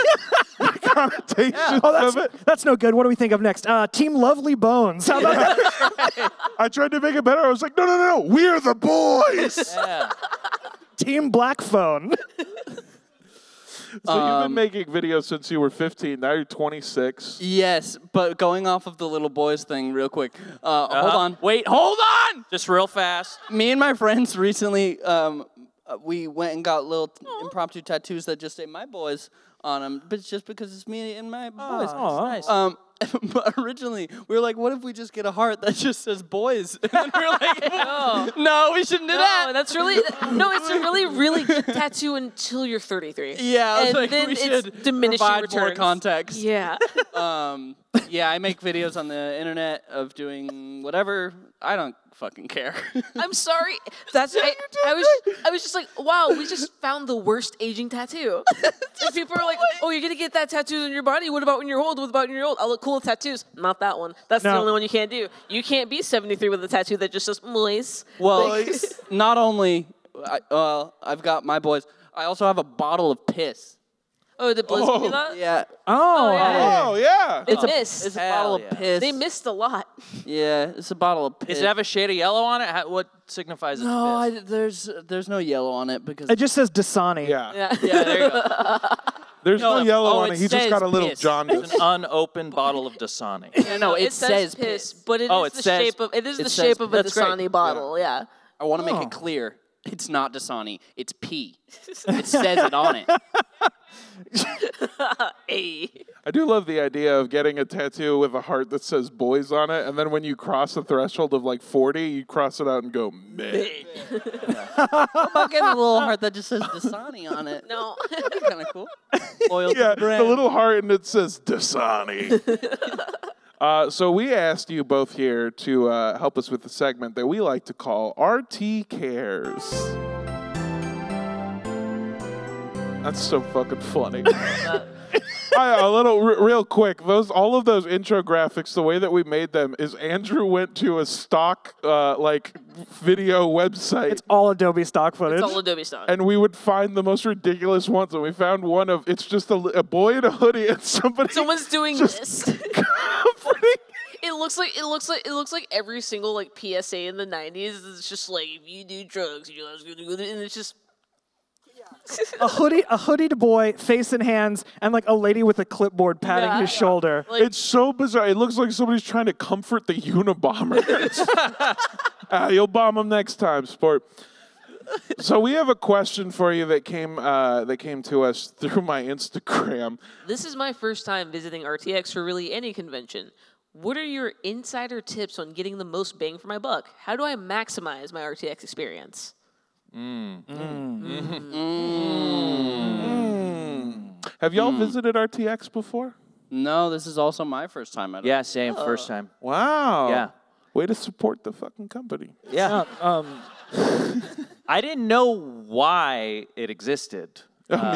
[SPEAKER 1] the connotations
[SPEAKER 2] Oh,
[SPEAKER 1] of it.
[SPEAKER 2] that's, that's no good. What do we think of next? Uh, Team Lovely Bones. How about that?
[SPEAKER 1] I tried to make it better. I was like, no, no, no, no. we're the boys.
[SPEAKER 5] Yeah.
[SPEAKER 2] Team Black Phone.
[SPEAKER 1] So
[SPEAKER 5] Um,
[SPEAKER 1] you've been making videos since you were 15. Now you're 26.
[SPEAKER 6] Yes, but going off of the little boys thing real quick. Uh, Hold
[SPEAKER 5] Uh,
[SPEAKER 6] on.
[SPEAKER 5] Wait, hold on. Just real fast.
[SPEAKER 6] Me and my friends recently, um, uh, we went and got little t- impromptu tattoos that just say "my boys" on them, but it's just because it's me and my boys.
[SPEAKER 5] nice.
[SPEAKER 6] Um, but originally, we were like, "What if we just get a heart that just says boys?" And then we we're like, "No, we shouldn't do that."
[SPEAKER 3] No, that's really no. It's a really, really good tattoo until you're 33.
[SPEAKER 6] yeah, I was
[SPEAKER 3] and
[SPEAKER 6] like,
[SPEAKER 3] then
[SPEAKER 6] we
[SPEAKER 3] it's
[SPEAKER 6] should
[SPEAKER 3] diminishing
[SPEAKER 6] provide more
[SPEAKER 3] returns.
[SPEAKER 6] context.
[SPEAKER 3] Yeah,
[SPEAKER 6] Um, yeah, I make videos on the internet of doing whatever. I don't fucking care.
[SPEAKER 3] I'm sorry. That's I, I was. I was just like, wow, we just found the worst aging tattoo. and people are like, oh, you're gonna get that tattoo on your body. What about when you're old? What about when you're old? I look cool with tattoos. Not that one. That's the
[SPEAKER 2] No.
[SPEAKER 3] only one you can't do. You can't be 73 with a tattoo that just says boys.
[SPEAKER 6] Well, not only I, well, I've got my boys. I also have a bottle of piss.
[SPEAKER 3] Oh, did Blizz do that?
[SPEAKER 6] Yeah,
[SPEAKER 2] Oh,
[SPEAKER 3] yeah.
[SPEAKER 1] Oh, yeah.
[SPEAKER 3] They missed.
[SPEAKER 6] it's a
[SPEAKER 5] Hell
[SPEAKER 6] bottle
[SPEAKER 5] yeah.
[SPEAKER 6] of piss.
[SPEAKER 3] they missed a lot.
[SPEAKER 6] Yeah, it's a bottle of piss.
[SPEAKER 5] Does it have a shade of yellow on it? How, what signifies it's
[SPEAKER 6] no, I,
[SPEAKER 5] pissed?
[SPEAKER 6] there's there's no yellow on it because
[SPEAKER 2] it just says Dasani.
[SPEAKER 1] Yeah.
[SPEAKER 3] Yeah.
[SPEAKER 6] yeah, there you go.
[SPEAKER 1] There's no,
[SPEAKER 5] it-
[SPEAKER 1] yellow
[SPEAKER 5] oh,
[SPEAKER 1] on it. He just
[SPEAKER 5] says
[SPEAKER 1] got a little
[SPEAKER 5] piss.
[SPEAKER 1] jaundice.
[SPEAKER 5] It's an unopened bottle of Dasani.
[SPEAKER 6] No, no, it,
[SPEAKER 3] says piss, but it is
[SPEAKER 5] Oh, it
[SPEAKER 3] the
[SPEAKER 5] says-
[SPEAKER 3] shape of it is
[SPEAKER 6] it
[SPEAKER 3] the
[SPEAKER 6] says-
[SPEAKER 3] shape of a
[SPEAKER 6] that's great.
[SPEAKER 3] Dasani bottle. Yeah.
[SPEAKER 6] I want to make it clear. It's not Dasani. It's pee. it says it on it.
[SPEAKER 3] Hey.
[SPEAKER 1] I do love the idea of getting a tattoo with a heart that says boys on it. And then when you cross the threshold of like 40, you cross it out and go, man.
[SPEAKER 6] I'll get a little heart that just says Dasani on it.
[SPEAKER 3] No.
[SPEAKER 6] kind of cool. Oil to
[SPEAKER 1] Yeah,
[SPEAKER 6] the brand.
[SPEAKER 1] the little heart and it says Dasani. uh, so we asked you both here to uh, help us with the segment that we like to call RT Cares. That's so fucking funny. I, a little r- real quick those all of those intro graphics the way that we made them is andrew went to a stock uh, like video website
[SPEAKER 2] It's all Adobe stock footage.
[SPEAKER 3] it's all Adobe stock.
[SPEAKER 1] and we would find the most ridiculous ones. And we found one of it's just a, a boy in a hoodie and somebody.
[SPEAKER 3] Someone's doing
[SPEAKER 1] just
[SPEAKER 3] this.
[SPEAKER 1] comforting-
[SPEAKER 3] It looks like it looks like it looks like every single like PSA in the '90s. It's just like if you do drugs, you're not gonna go. to-" And it's just
[SPEAKER 2] a hoodie, a hoodied boy, face and hands, and like a lady with a clipboard patting
[SPEAKER 3] Yeah.
[SPEAKER 2] his shoulder.
[SPEAKER 3] like
[SPEAKER 1] it's so bizarre. It looks like somebody's trying to comfort the Unabomber. Ah, you'll bomb them next time, sport. So we have a question for you that came uh, that came to us through my Instagram.
[SPEAKER 3] this is my first time visiting RTX for really any convention. What are your insider tips on getting the most bang for my buck? How do I maximize my RTX experience?
[SPEAKER 1] Have
[SPEAKER 3] Hmm.
[SPEAKER 1] y'all visited RTX before?
[SPEAKER 6] No, this is also my first time at it.
[SPEAKER 5] Yeah, same first time.
[SPEAKER 1] Wow.
[SPEAKER 5] Yeah.
[SPEAKER 1] Way to support the fucking company.
[SPEAKER 5] Yeah.
[SPEAKER 2] Uh, um,
[SPEAKER 5] I didn't know why it existed. Uh,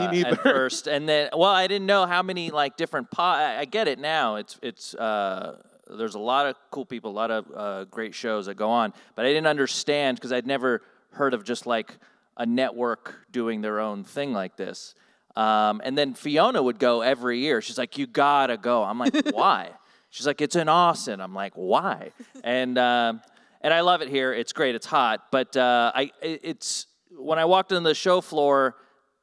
[SPEAKER 1] Oh, me neither.
[SPEAKER 5] At first, and then well, I didn't know how many like different pod. I, I get it now. It's it's uh, there's a lot of cool people, a lot of uh, great shows that go on, but I didn't understand because I'd never heard of just like a network doing their own thing like this. Um, and then Fiona would go every year. She's like, "You gotta go." I'm like, "Why?" She's like, "It's in Austin." I'm like, "Why?" And um, and I love it here. It's great. It's hot, but uh, I it- it's when I walked on the show floor,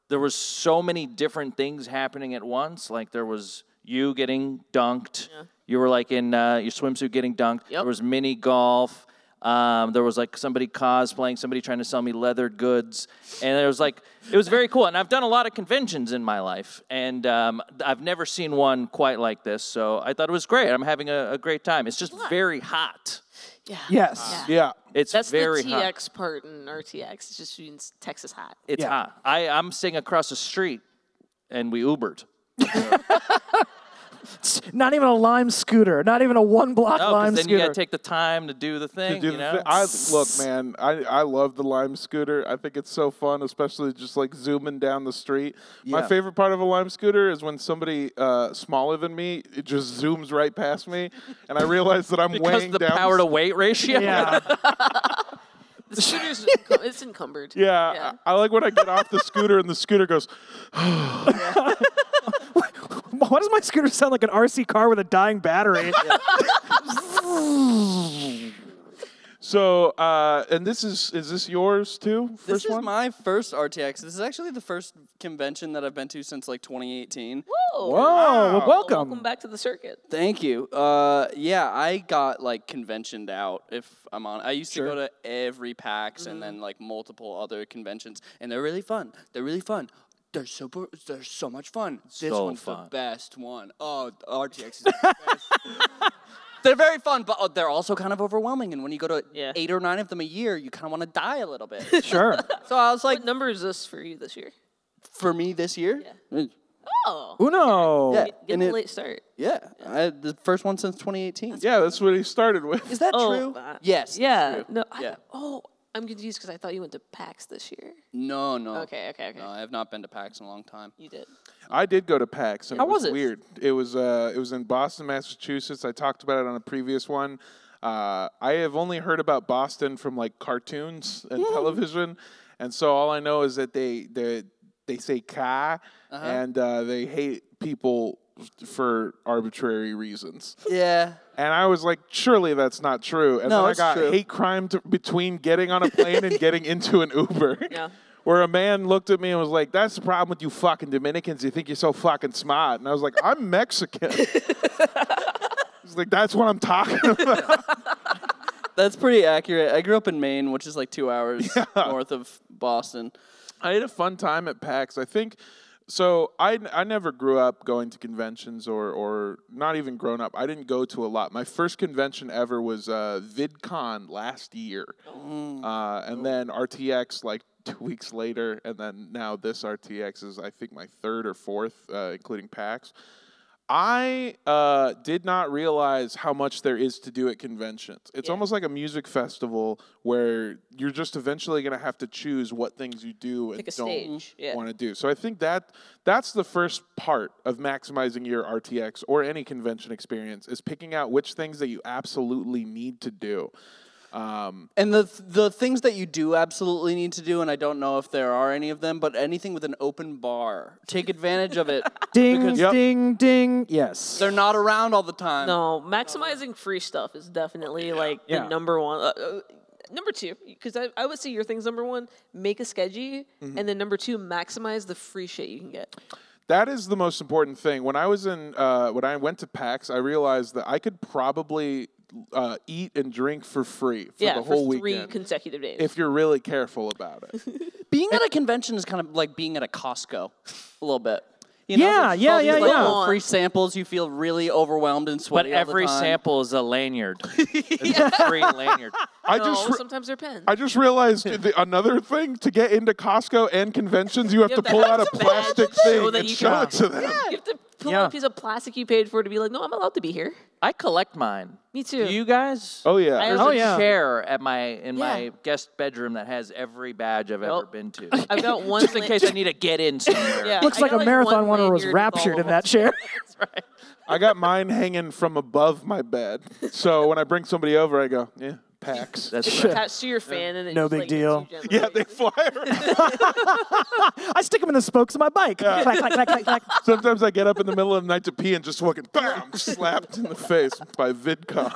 [SPEAKER 5] there was so many different things happening at once. Like there was you getting dunked. You were like in uh, your swimsuit getting dunked. There was mini golf. Um, there was like somebody cosplaying, somebody trying to sell me leather goods, and it was like it was very cool. And I've done a lot of conventions in my life, and um, I've never seen one quite like this. So I thought it was great. I'm having a, a great time. It's just very hot.
[SPEAKER 2] yes.
[SPEAKER 1] Yeah.
[SPEAKER 5] It's
[SPEAKER 3] That's
[SPEAKER 5] very
[SPEAKER 3] the
[SPEAKER 5] hot.
[SPEAKER 3] TX part in RTX. It just means Texas hot.
[SPEAKER 5] It's
[SPEAKER 2] Yeah.
[SPEAKER 5] hot. I, I'm sitting across the street, and we Ubered.
[SPEAKER 2] Not even a lime scooter. Not even a one block
[SPEAKER 5] No,
[SPEAKER 2] lime
[SPEAKER 5] because then
[SPEAKER 2] scooter.
[SPEAKER 5] you gotta take the time to do the thing.
[SPEAKER 1] Do
[SPEAKER 5] you
[SPEAKER 1] the
[SPEAKER 5] know,
[SPEAKER 1] thi- I look, man. I, I love the Lime scooter. I think it's so fun, especially just like zooming down the street. My
[SPEAKER 5] Yeah.
[SPEAKER 1] favorite part of a Lime scooter is when somebody uh, smaller than me it just zooms right past me, and I realize that I'm
[SPEAKER 5] because
[SPEAKER 1] weighing
[SPEAKER 5] the
[SPEAKER 1] down.
[SPEAKER 5] power to weight ratio.
[SPEAKER 2] yeah.
[SPEAKER 3] The shooter's encum- it's encumbered.
[SPEAKER 1] yeah,
[SPEAKER 3] Yeah.
[SPEAKER 1] I, I like when I get off the scooter and the scooter goes.
[SPEAKER 2] Why does my scooter sound like an RC car with a dying battery?
[SPEAKER 1] So, uh, and this is is this yours too? First
[SPEAKER 6] This is
[SPEAKER 1] one.
[SPEAKER 6] my first RTX. This is actually the first convention that I've been to since like 2018.
[SPEAKER 3] Whoa.
[SPEAKER 2] Oh, well,
[SPEAKER 3] Well,
[SPEAKER 2] welcome.
[SPEAKER 3] welcome back to the circuit.
[SPEAKER 6] Thank you. Uh, yeah, I got like conventioned out. If I'm on, I used to go to every PAX and then like multiple other conventions, and they're really fun. They're really fun. They're super. They're so much fun. This
[SPEAKER 5] So
[SPEAKER 6] one's
[SPEAKER 5] fun.
[SPEAKER 6] the best one. Oh, the RTX is the best. They're very fun, but oh, they're also kind of overwhelming. And when you go to
[SPEAKER 3] Yeah.
[SPEAKER 6] eight or nine of them a year, you kind of want to die a little bit.
[SPEAKER 2] Sure.
[SPEAKER 6] so I was like,
[SPEAKER 3] What number is this for you this year?
[SPEAKER 6] for me this year, yeah,
[SPEAKER 3] Oh,
[SPEAKER 2] Uno.
[SPEAKER 6] yeah,
[SPEAKER 3] getting
[SPEAKER 6] and
[SPEAKER 3] a
[SPEAKER 6] it-
[SPEAKER 3] late start.
[SPEAKER 6] yeah, I, the first one since 2018.
[SPEAKER 1] yeah, that's what he started with.
[SPEAKER 6] Is that
[SPEAKER 3] Oh,
[SPEAKER 6] true?
[SPEAKER 3] uh,
[SPEAKER 6] yes.
[SPEAKER 3] Yeah. No. I,
[SPEAKER 6] Yeah.
[SPEAKER 3] Oh, I'm confused because I thought you went to PAX this year.
[SPEAKER 6] No, no.
[SPEAKER 3] Okay. Okay. Okay.
[SPEAKER 6] No, I have not been to PAX in a long time.
[SPEAKER 3] you did.
[SPEAKER 1] I did go to PAX. And
[SPEAKER 6] How
[SPEAKER 1] it was,
[SPEAKER 6] was it?
[SPEAKER 1] Weird. It was uh, it was in Boston, Massachusetts. I talked about it on a previous one. Uh, I have only heard about Boston from like cartoons and
[SPEAKER 6] Mm-hmm.
[SPEAKER 1] television, and so all I know is that they they they say "ka"
[SPEAKER 6] Uh-huh.
[SPEAKER 1] and uh, they hate people for arbitrary reasons.
[SPEAKER 6] Yeah.
[SPEAKER 1] And I was like, surely that's not true. And
[SPEAKER 6] No,
[SPEAKER 1] then I
[SPEAKER 6] it's
[SPEAKER 1] got
[SPEAKER 6] true.
[SPEAKER 1] hate crime t- between getting on a plane and getting into an Uber.
[SPEAKER 3] Yeah.
[SPEAKER 1] Where a man looked at me and was like, that's the problem with you fucking Dominicans. You think you're so fucking smart. And I was like, I'm Mexican. He's like, that's what I'm talking about.
[SPEAKER 6] That's pretty accurate. I grew up in Maine, which is like two hours north of Boston.
[SPEAKER 1] I had a fun time at PAX. I think so. I I never grew up going to conventions or or not even grown up. I didn't go to a lot. My first convention ever was uh, VidCon last year,
[SPEAKER 6] Oh.
[SPEAKER 3] Mm.
[SPEAKER 1] uh, and then RTX like two weeks later, and then now this RTX is I think my third or fourth, uh, including PAX. I uh, did not realize how much there is to do at conventions. It's almost like a music festival where you're just eventually going to have to choose what things you do and
[SPEAKER 3] Pick a
[SPEAKER 1] don't
[SPEAKER 3] stage, yeah.
[SPEAKER 1] want to do. So I think that that's the first part of maximizing your RTX or any convention experience is picking out which things that you absolutely need to do.
[SPEAKER 6] And the the things that you do absolutely need to do, and I don't know if there are any of them, but anything with an open bar, take advantage of it.
[SPEAKER 2] Ding,
[SPEAKER 1] Because- Yep.
[SPEAKER 2] ding, ding. Yes.
[SPEAKER 6] They're not around all the time.
[SPEAKER 3] No, maximizing free stuff is definitely like
[SPEAKER 2] Yeah.
[SPEAKER 3] the number one. Uh, uh, number two, because I, I would say your thing's number one, make a sketchy, and then number two, maximize the free shit you can get.
[SPEAKER 1] That is the most important thing. When I was in, uh, when I went to PAX, I realized that I could probably uh, eat and drink for free for
[SPEAKER 3] yeah,
[SPEAKER 1] the whole
[SPEAKER 3] for three
[SPEAKER 1] weekend
[SPEAKER 3] consecutive days.
[SPEAKER 1] if you're really careful about it.
[SPEAKER 6] Being at a convention is kind of like being at a Costco, a little bit.
[SPEAKER 5] You know,
[SPEAKER 2] Yeah,
[SPEAKER 5] there's
[SPEAKER 2] yeah,
[SPEAKER 5] all these
[SPEAKER 2] yeah,
[SPEAKER 6] Like,
[SPEAKER 5] little-
[SPEAKER 3] yeah.
[SPEAKER 6] little free samples, you feel really overwhelmed and
[SPEAKER 5] But
[SPEAKER 6] sweaty. all the
[SPEAKER 5] every
[SPEAKER 6] time.
[SPEAKER 5] sample is a lanyard. It's a free lanyard.
[SPEAKER 1] I
[SPEAKER 3] no,
[SPEAKER 1] just re-
[SPEAKER 3] sometimes they're pens.
[SPEAKER 1] I just realized the, another thing to get into Costco and conventions, you have
[SPEAKER 3] You
[SPEAKER 1] to
[SPEAKER 3] have to
[SPEAKER 1] pull out
[SPEAKER 3] have
[SPEAKER 1] a
[SPEAKER 3] some
[SPEAKER 1] plastic
[SPEAKER 3] badges so
[SPEAKER 1] thing
[SPEAKER 3] that
[SPEAKER 1] and
[SPEAKER 3] you
[SPEAKER 1] show
[SPEAKER 3] can-
[SPEAKER 1] it to them.
[SPEAKER 3] you have to pull
[SPEAKER 2] Yeah.
[SPEAKER 3] out a piece of plastic you paid for to be like, no, I'm allowed to be here.
[SPEAKER 5] I collect mine.
[SPEAKER 3] Me too.
[SPEAKER 5] Do you guys?
[SPEAKER 1] Oh yeah.
[SPEAKER 5] There's
[SPEAKER 2] Oh,
[SPEAKER 5] a
[SPEAKER 2] yeah.
[SPEAKER 5] chair at my in
[SPEAKER 3] Yeah.
[SPEAKER 5] my guest bedroom that has every badge I've ever
[SPEAKER 3] Well,
[SPEAKER 5] been to.
[SPEAKER 3] I've got one
[SPEAKER 5] Just in
[SPEAKER 3] lan-
[SPEAKER 5] case I need to get in somewhere.
[SPEAKER 3] Yeah.
[SPEAKER 2] Looks
[SPEAKER 3] I
[SPEAKER 2] like
[SPEAKER 3] got,
[SPEAKER 2] a
[SPEAKER 3] like,
[SPEAKER 2] marathon
[SPEAKER 3] one
[SPEAKER 2] runner was
[SPEAKER 3] lanyard with all
[SPEAKER 2] raptured
[SPEAKER 3] of
[SPEAKER 2] in
[SPEAKER 3] us.
[SPEAKER 2] that chair.
[SPEAKER 1] I got mine hanging from above my bed. So when I bring somebody over, I go, yeah, packs.
[SPEAKER 5] That's
[SPEAKER 2] Sure.
[SPEAKER 5] right.
[SPEAKER 3] attached to your fan and it
[SPEAKER 2] No
[SPEAKER 3] just,
[SPEAKER 2] big
[SPEAKER 3] like, hits
[SPEAKER 2] deal.
[SPEAKER 3] you gently.
[SPEAKER 1] yeah, they fly around.
[SPEAKER 2] I stick them in the spokes of my bike. Clack, clack, clack, clack, clack.
[SPEAKER 1] Sometimes I get up in the middle of the night to pee and just fucking bam, slapped in the face by VidCon.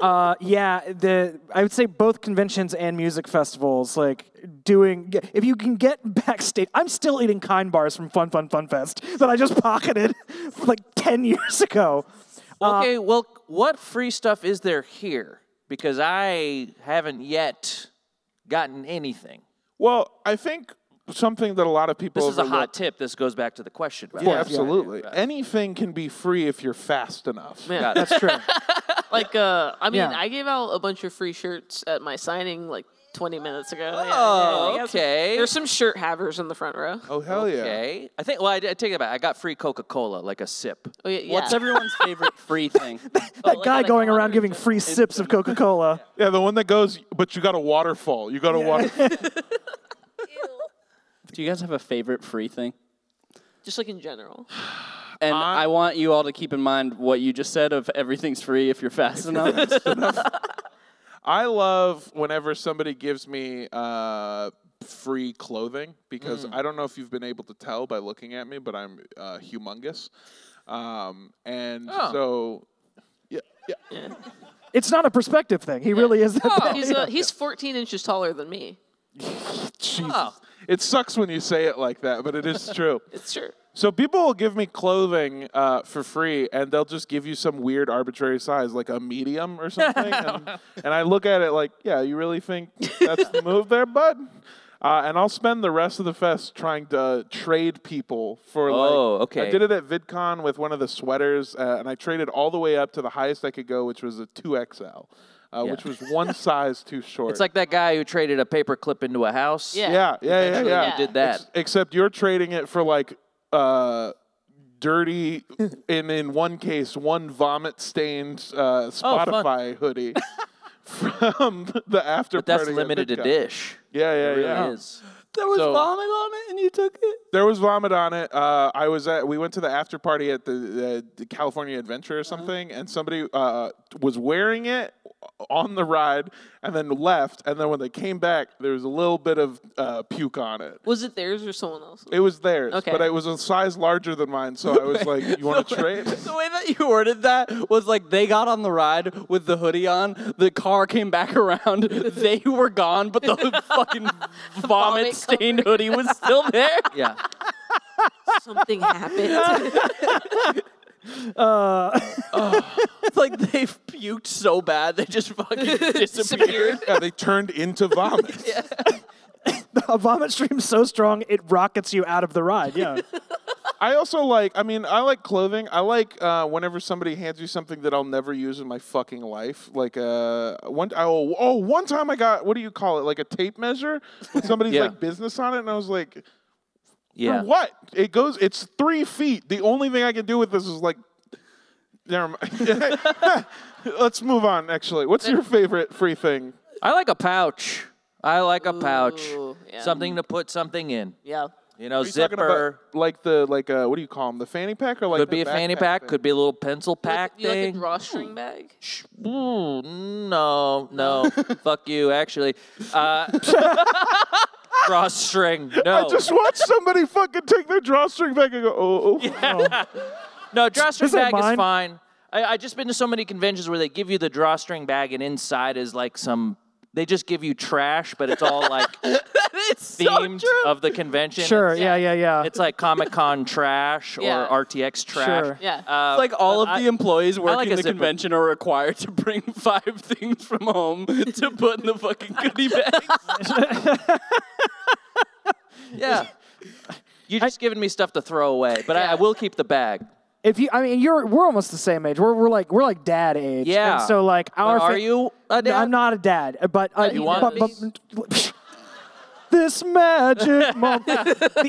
[SPEAKER 2] Uh, yeah, the I would say both conventions and music festivals, like doing. If you can get backstage, I'm still eating kind bars from Fun Fun Fun Fest that I just pocketed like ten years ago.
[SPEAKER 5] Okay. Well, what free stuff is there here? Because I haven't yet gotten anything.
[SPEAKER 1] Well, I think something that a lot of people
[SPEAKER 5] This is a hot
[SPEAKER 1] overlook-
[SPEAKER 5] tip. This goes back to the question. About
[SPEAKER 1] Yeah, absolutely. Anything can be free if you're fast enough.
[SPEAKER 3] Yeah.
[SPEAKER 5] Got it.
[SPEAKER 2] That's true.
[SPEAKER 3] Like, uh, I mean,
[SPEAKER 2] Yeah.
[SPEAKER 3] I gave out a bunch of free shirts at my signing like 20 minutes ago. Yeah, yeah, yeah,
[SPEAKER 5] Oh,
[SPEAKER 3] yeah.
[SPEAKER 5] okay.
[SPEAKER 3] There's some shirt havers in the front row.
[SPEAKER 1] Oh hell yeah.
[SPEAKER 5] Okay. I think. Well, I, I take it back. I got free Coca Cola, like a sip.
[SPEAKER 3] Oh, yeah, yeah.
[SPEAKER 6] What's everyone's favorite free thing?
[SPEAKER 2] that
[SPEAKER 3] like
[SPEAKER 2] guy
[SPEAKER 3] at a
[SPEAKER 2] going around
[SPEAKER 3] concert.
[SPEAKER 2] giving free sips of Coca Cola.
[SPEAKER 1] Yeah, the one that goes, but you got a waterfall. You got a waterfall.
[SPEAKER 6] Do you guys have a favorite free thing?
[SPEAKER 3] Just like in general.
[SPEAKER 6] And I want you all to keep in mind what you just said of everything's free if you're fast enough.
[SPEAKER 1] I love whenever somebody gives me uh, free clothing because
[SPEAKER 5] Mm.
[SPEAKER 1] I don't know if you've been able to tell by looking at me, but I'm uh, humongous. Um, and
[SPEAKER 5] Oh.
[SPEAKER 1] so, yeah, yeah.
[SPEAKER 2] It's not a perspective thing. He really is. That bad.
[SPEAKER 3] He's, uh, he's 14 inches taller than me.
[SPEAKER 1] Jesus. It sucks when you say it like that, but it is true.
[SPEAKER 3] It's true.
[SPEAKER 1] So people will give me clothing uh, for free, and they'll just give you some weird arbitrary size, like a medium or something. and, and I look at it like, yeah, you really think that's the move there, bud? Uh, and I'll spend the rest of the fest trying to trade people for like.
[SPEAKER 5] Oh, okay.
[SPEAKER 1] I did it at VidCon with one of the sweaters, uh, and I traded all the way up to the highest I could go, which was a two XL, uh, which was one size too short.
[SPEAKER 5] It's like that guy who traded a paper clip into a house.
[SPEAKER 3] Yeah.
[SPEAKER 1] yeah, yeah, yeah,
[SPEAKER 5] Actually,
[SPEAKER 1] yeah.
[SPEAKER 5] you did that.
[SPEAKER 1] Ex- except you're trading it for like uh, dirty, and in one case, one vomit stained uh,
[SPEAKER 5] fun.
[SPEAKER 1] Spotify hoodie from the after
[SPEAKER 5] But that's
[SPEAKER 1] party at
[SPEAKER 5] limited
[SPEAKER 1] VidCon.
[SPEAKER 5] edish.
[SPEAKER 1] Yeah, yeah,
[SPEAKER 5] It really
[SPEAKER 1] yeah.
[SPEAKER 5] is.
[SPEAKER 6] there was
[SPEAKER 1] So-
[SPEAKER 6] vomit on it and you took it?
[SPEAKER 1] There was vomit on it. Uh, I was at. We went to the after party at the, the, the California
[SPEAKER 5] Uh-huh.
[SPEAKER 1] Adventure or something, and somebody uh, was wearing it on the ride, and then left. And then when they came back, there was a little bit of uh, puke on it.
[SPEAKER 3] Was it theirs or someone else?
[SPEAKER 1] It was theirs,
[SPEAKER 3] Okay.
[SPEAKER 1] but it was a size larger than mine, so I was like, "You want to trade?"
[SPEAKER 6] The way that you worded that was like they got on the ride with the hoodie on, the car came back around, they were gone, but the fucking vomit stained hoodie was still there.
[SPEAKER 5] Yeah.
[SPEAKER 3] Something happened.
[SPEAKER 6] It's like they puked so bad they just fucking disappeared.
[SPEAKER 1] yeah, they turned into vomit.
[SPEAKER 2] a vomit stream so strong it rockets you out of the ride. Yeah.
[SPEAKER 1] I also like. I mean, I like clothing. I like uh, whenever somebody hands you something that I'll never use in my fucking life. Like uh, one. Oh, oh, one time I got what do you call it? Like a tape measure with somebody's
[SPEAKER 5] Yeah.
[SPEAKER 1] like business on it, and I was like,
[SPEAKER 5] Yeah.
[SPEAKER 1] "For what? It goes. It's three feet. The only thing I can do with this is like." Never mind. Let's move on. Actually, what's your favorite free thing?
[SPEAKER 5] I like a pouch. I like a pouch.
[SPEAKER 3] Ooh, yeah.
[SPEAKER 5] Something to put something in.
[SPEAKER 3] yeah.
[SPEAKER 5] You know,
[SPEAKER 1] Are you talking about,
[SPEAKER 5] zipper.
[SPEAKER 1] like the like uh, what do you call them? The fanny pack or like
[SPEAKER 5] Could
[SPEAKER 1] the
[SPEAKER 5] be a fanny
[SPEAKER 1] backpack
[SPEAKER 5] pack.
[SPEAKER 1] thing?
[SPEAKER 5] Could be a little pencil pack
[SPEAKER 3] you like, you like
[SPEAKER 5] thing.
[SPEAKER 3] a drawstring bag?
[SPEAKER 5] Sh- Ooh, no, no. Fuck you. Actually, uh, drawstring. No,
[SPEAKER 1] I just watched somebody fucking take their drawstring back and go, oh, oh.
[SPEAKER 5] no. Drawstring
[SPEAKER 2] Is that
[SPEAKER 5] bag
[SPEAKER 2] mine?
[SPEAKER 5] is fine. I, I just been to so many conventions where they give you the drawstring bag, and inside is like some. They just give you trash, but it's all like
[SPEAKER 3] It's
[SPEAKER 5] themed of the convention.
[SPEAKER 2] Sure. Yeah. Yeah. Yeah.
[SPEAKER 5] It's like Comic Con trash
[SPEAKER 3] Yeah.
[SPEAKER 5] or RTX trash.
[SPEAKER 2] Sure.
[SPEAKER 3] Yeah.
[SPEAKER 5] Uh,
[SPEAKER 6] like all of
[SPEAKER 5] but I-
[SPEAKER 6] the employees working
[SPEAKER 5] like a
[SPEAKER 6] the
[SPEAKER 5] zipper.
[SPEAKER 6] convention are required to bring five things from home to put in the fucking goodie bags.
[SPEAKER 5] yeah. You're just giving me stuff to throw away, but I, I will keep the bag.
[SPEAKER 2] If you, I mean, you're we're almost the same age. We're we're like we're like dad age.
[SPEAKER 5] Yeah.
[SPEAKER 2] And so like our.
[SPEAKER 5] But are
[SPEAKER 2] fa-
[SPEAKER 5] you
[SPEAKER 2] No,
[SPEAKER 5] a dad?
[SPEAKER 2] I'm not a dad, uh, but uh,
[SPEAKER 5] You want
[SPEAKER 2] but-
[SPEAKER 5] to
[SPEAKER 2] but- this magic moment.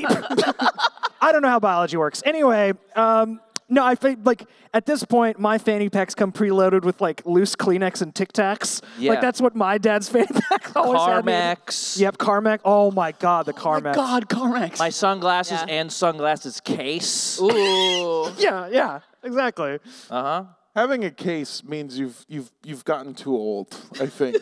[SPEAKER 2] I don't know how biology works. Anyway, um, no, I fa- like at this point my fanny packs come preloaded with like loose Kleenex and Tic Tacs.
[SPEAKER 5] Yeah.
[SPEAKER 2] Like that's what my dad's fanny pack always had. me in.
[SPEAKER 5] Carmex.
[SPEAKER 2] Yep, Carmack. Oh my God, the Carmack.
[SPEAKER 6] God, Carmax.
[SPEAKER 5] My sunglasses
[SPEAKER 3] Yeah.
[SPEAKER 5] and sunglasses case.
[SPEAKER 3] Ooh.
[SPEAKER 2] Yeah, yeah, exactly.
[SPEAKER 5] Uh huh.
[SPEAKER 1] Having a case means you've you've you've gotten too old. I think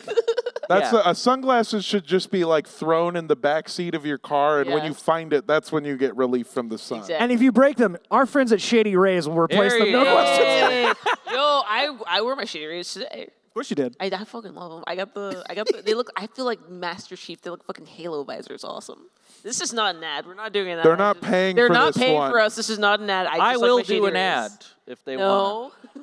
[SPEAKER 1] that's
[SPEAKER 5] Yeah.
[SPEAKER 1] a, a sunglasses should just be like thrown in the back seat of your car, and when you
[SPEAKER 3] Yes.
[SPEAKER 1] find it, that's when you get relief from the sun.
[SPEAKER 3] Exactly.
[SPEAKER 2] And if you break them, our friends at Shady Rays will replace
[SPEAKER 5] There
[SPEAKER 2] them.
[SPEAKER 5] you
[SPEAKER 2] No
[SPEAKER 5] go.
[SPEAKER 2] question.
[SPEAKER 3] Hey. Yo, I I wore my shitty rays today.
[SPEAKER 2] Of course you did.
[SPEAKER 3] I, I fucking love them. I got the I got the, they look. I feel like Master Chief. They look fucking Halo visors. Awesome. This is not an ad. We're not doing an ad.
[SPEAKER 1] They're not
[SPEAKER 3] This is-
[SPEAKER 1] paying
[SPEAKER 3] They're
[SPEAKER 1] for
[SPEAKER 3] not
[SPEAKER 1] this
[SPEAKER 3] paying
[SPEAKER 1] one.
[SPEAKER 3] for us. This is not an ad. I,
[SPEAKER 5] I
[SPEAKER 3] just
[SPEAKER 5] will
[SPEAKER 3] like my
[SPEAKER 5] do
[SPEAKER 3] Shady
[SPEAKER 5] an ad
[SPEAKER 3] Rays.
[SPEAKER 5] if they want.
[SPEAKER 3] No.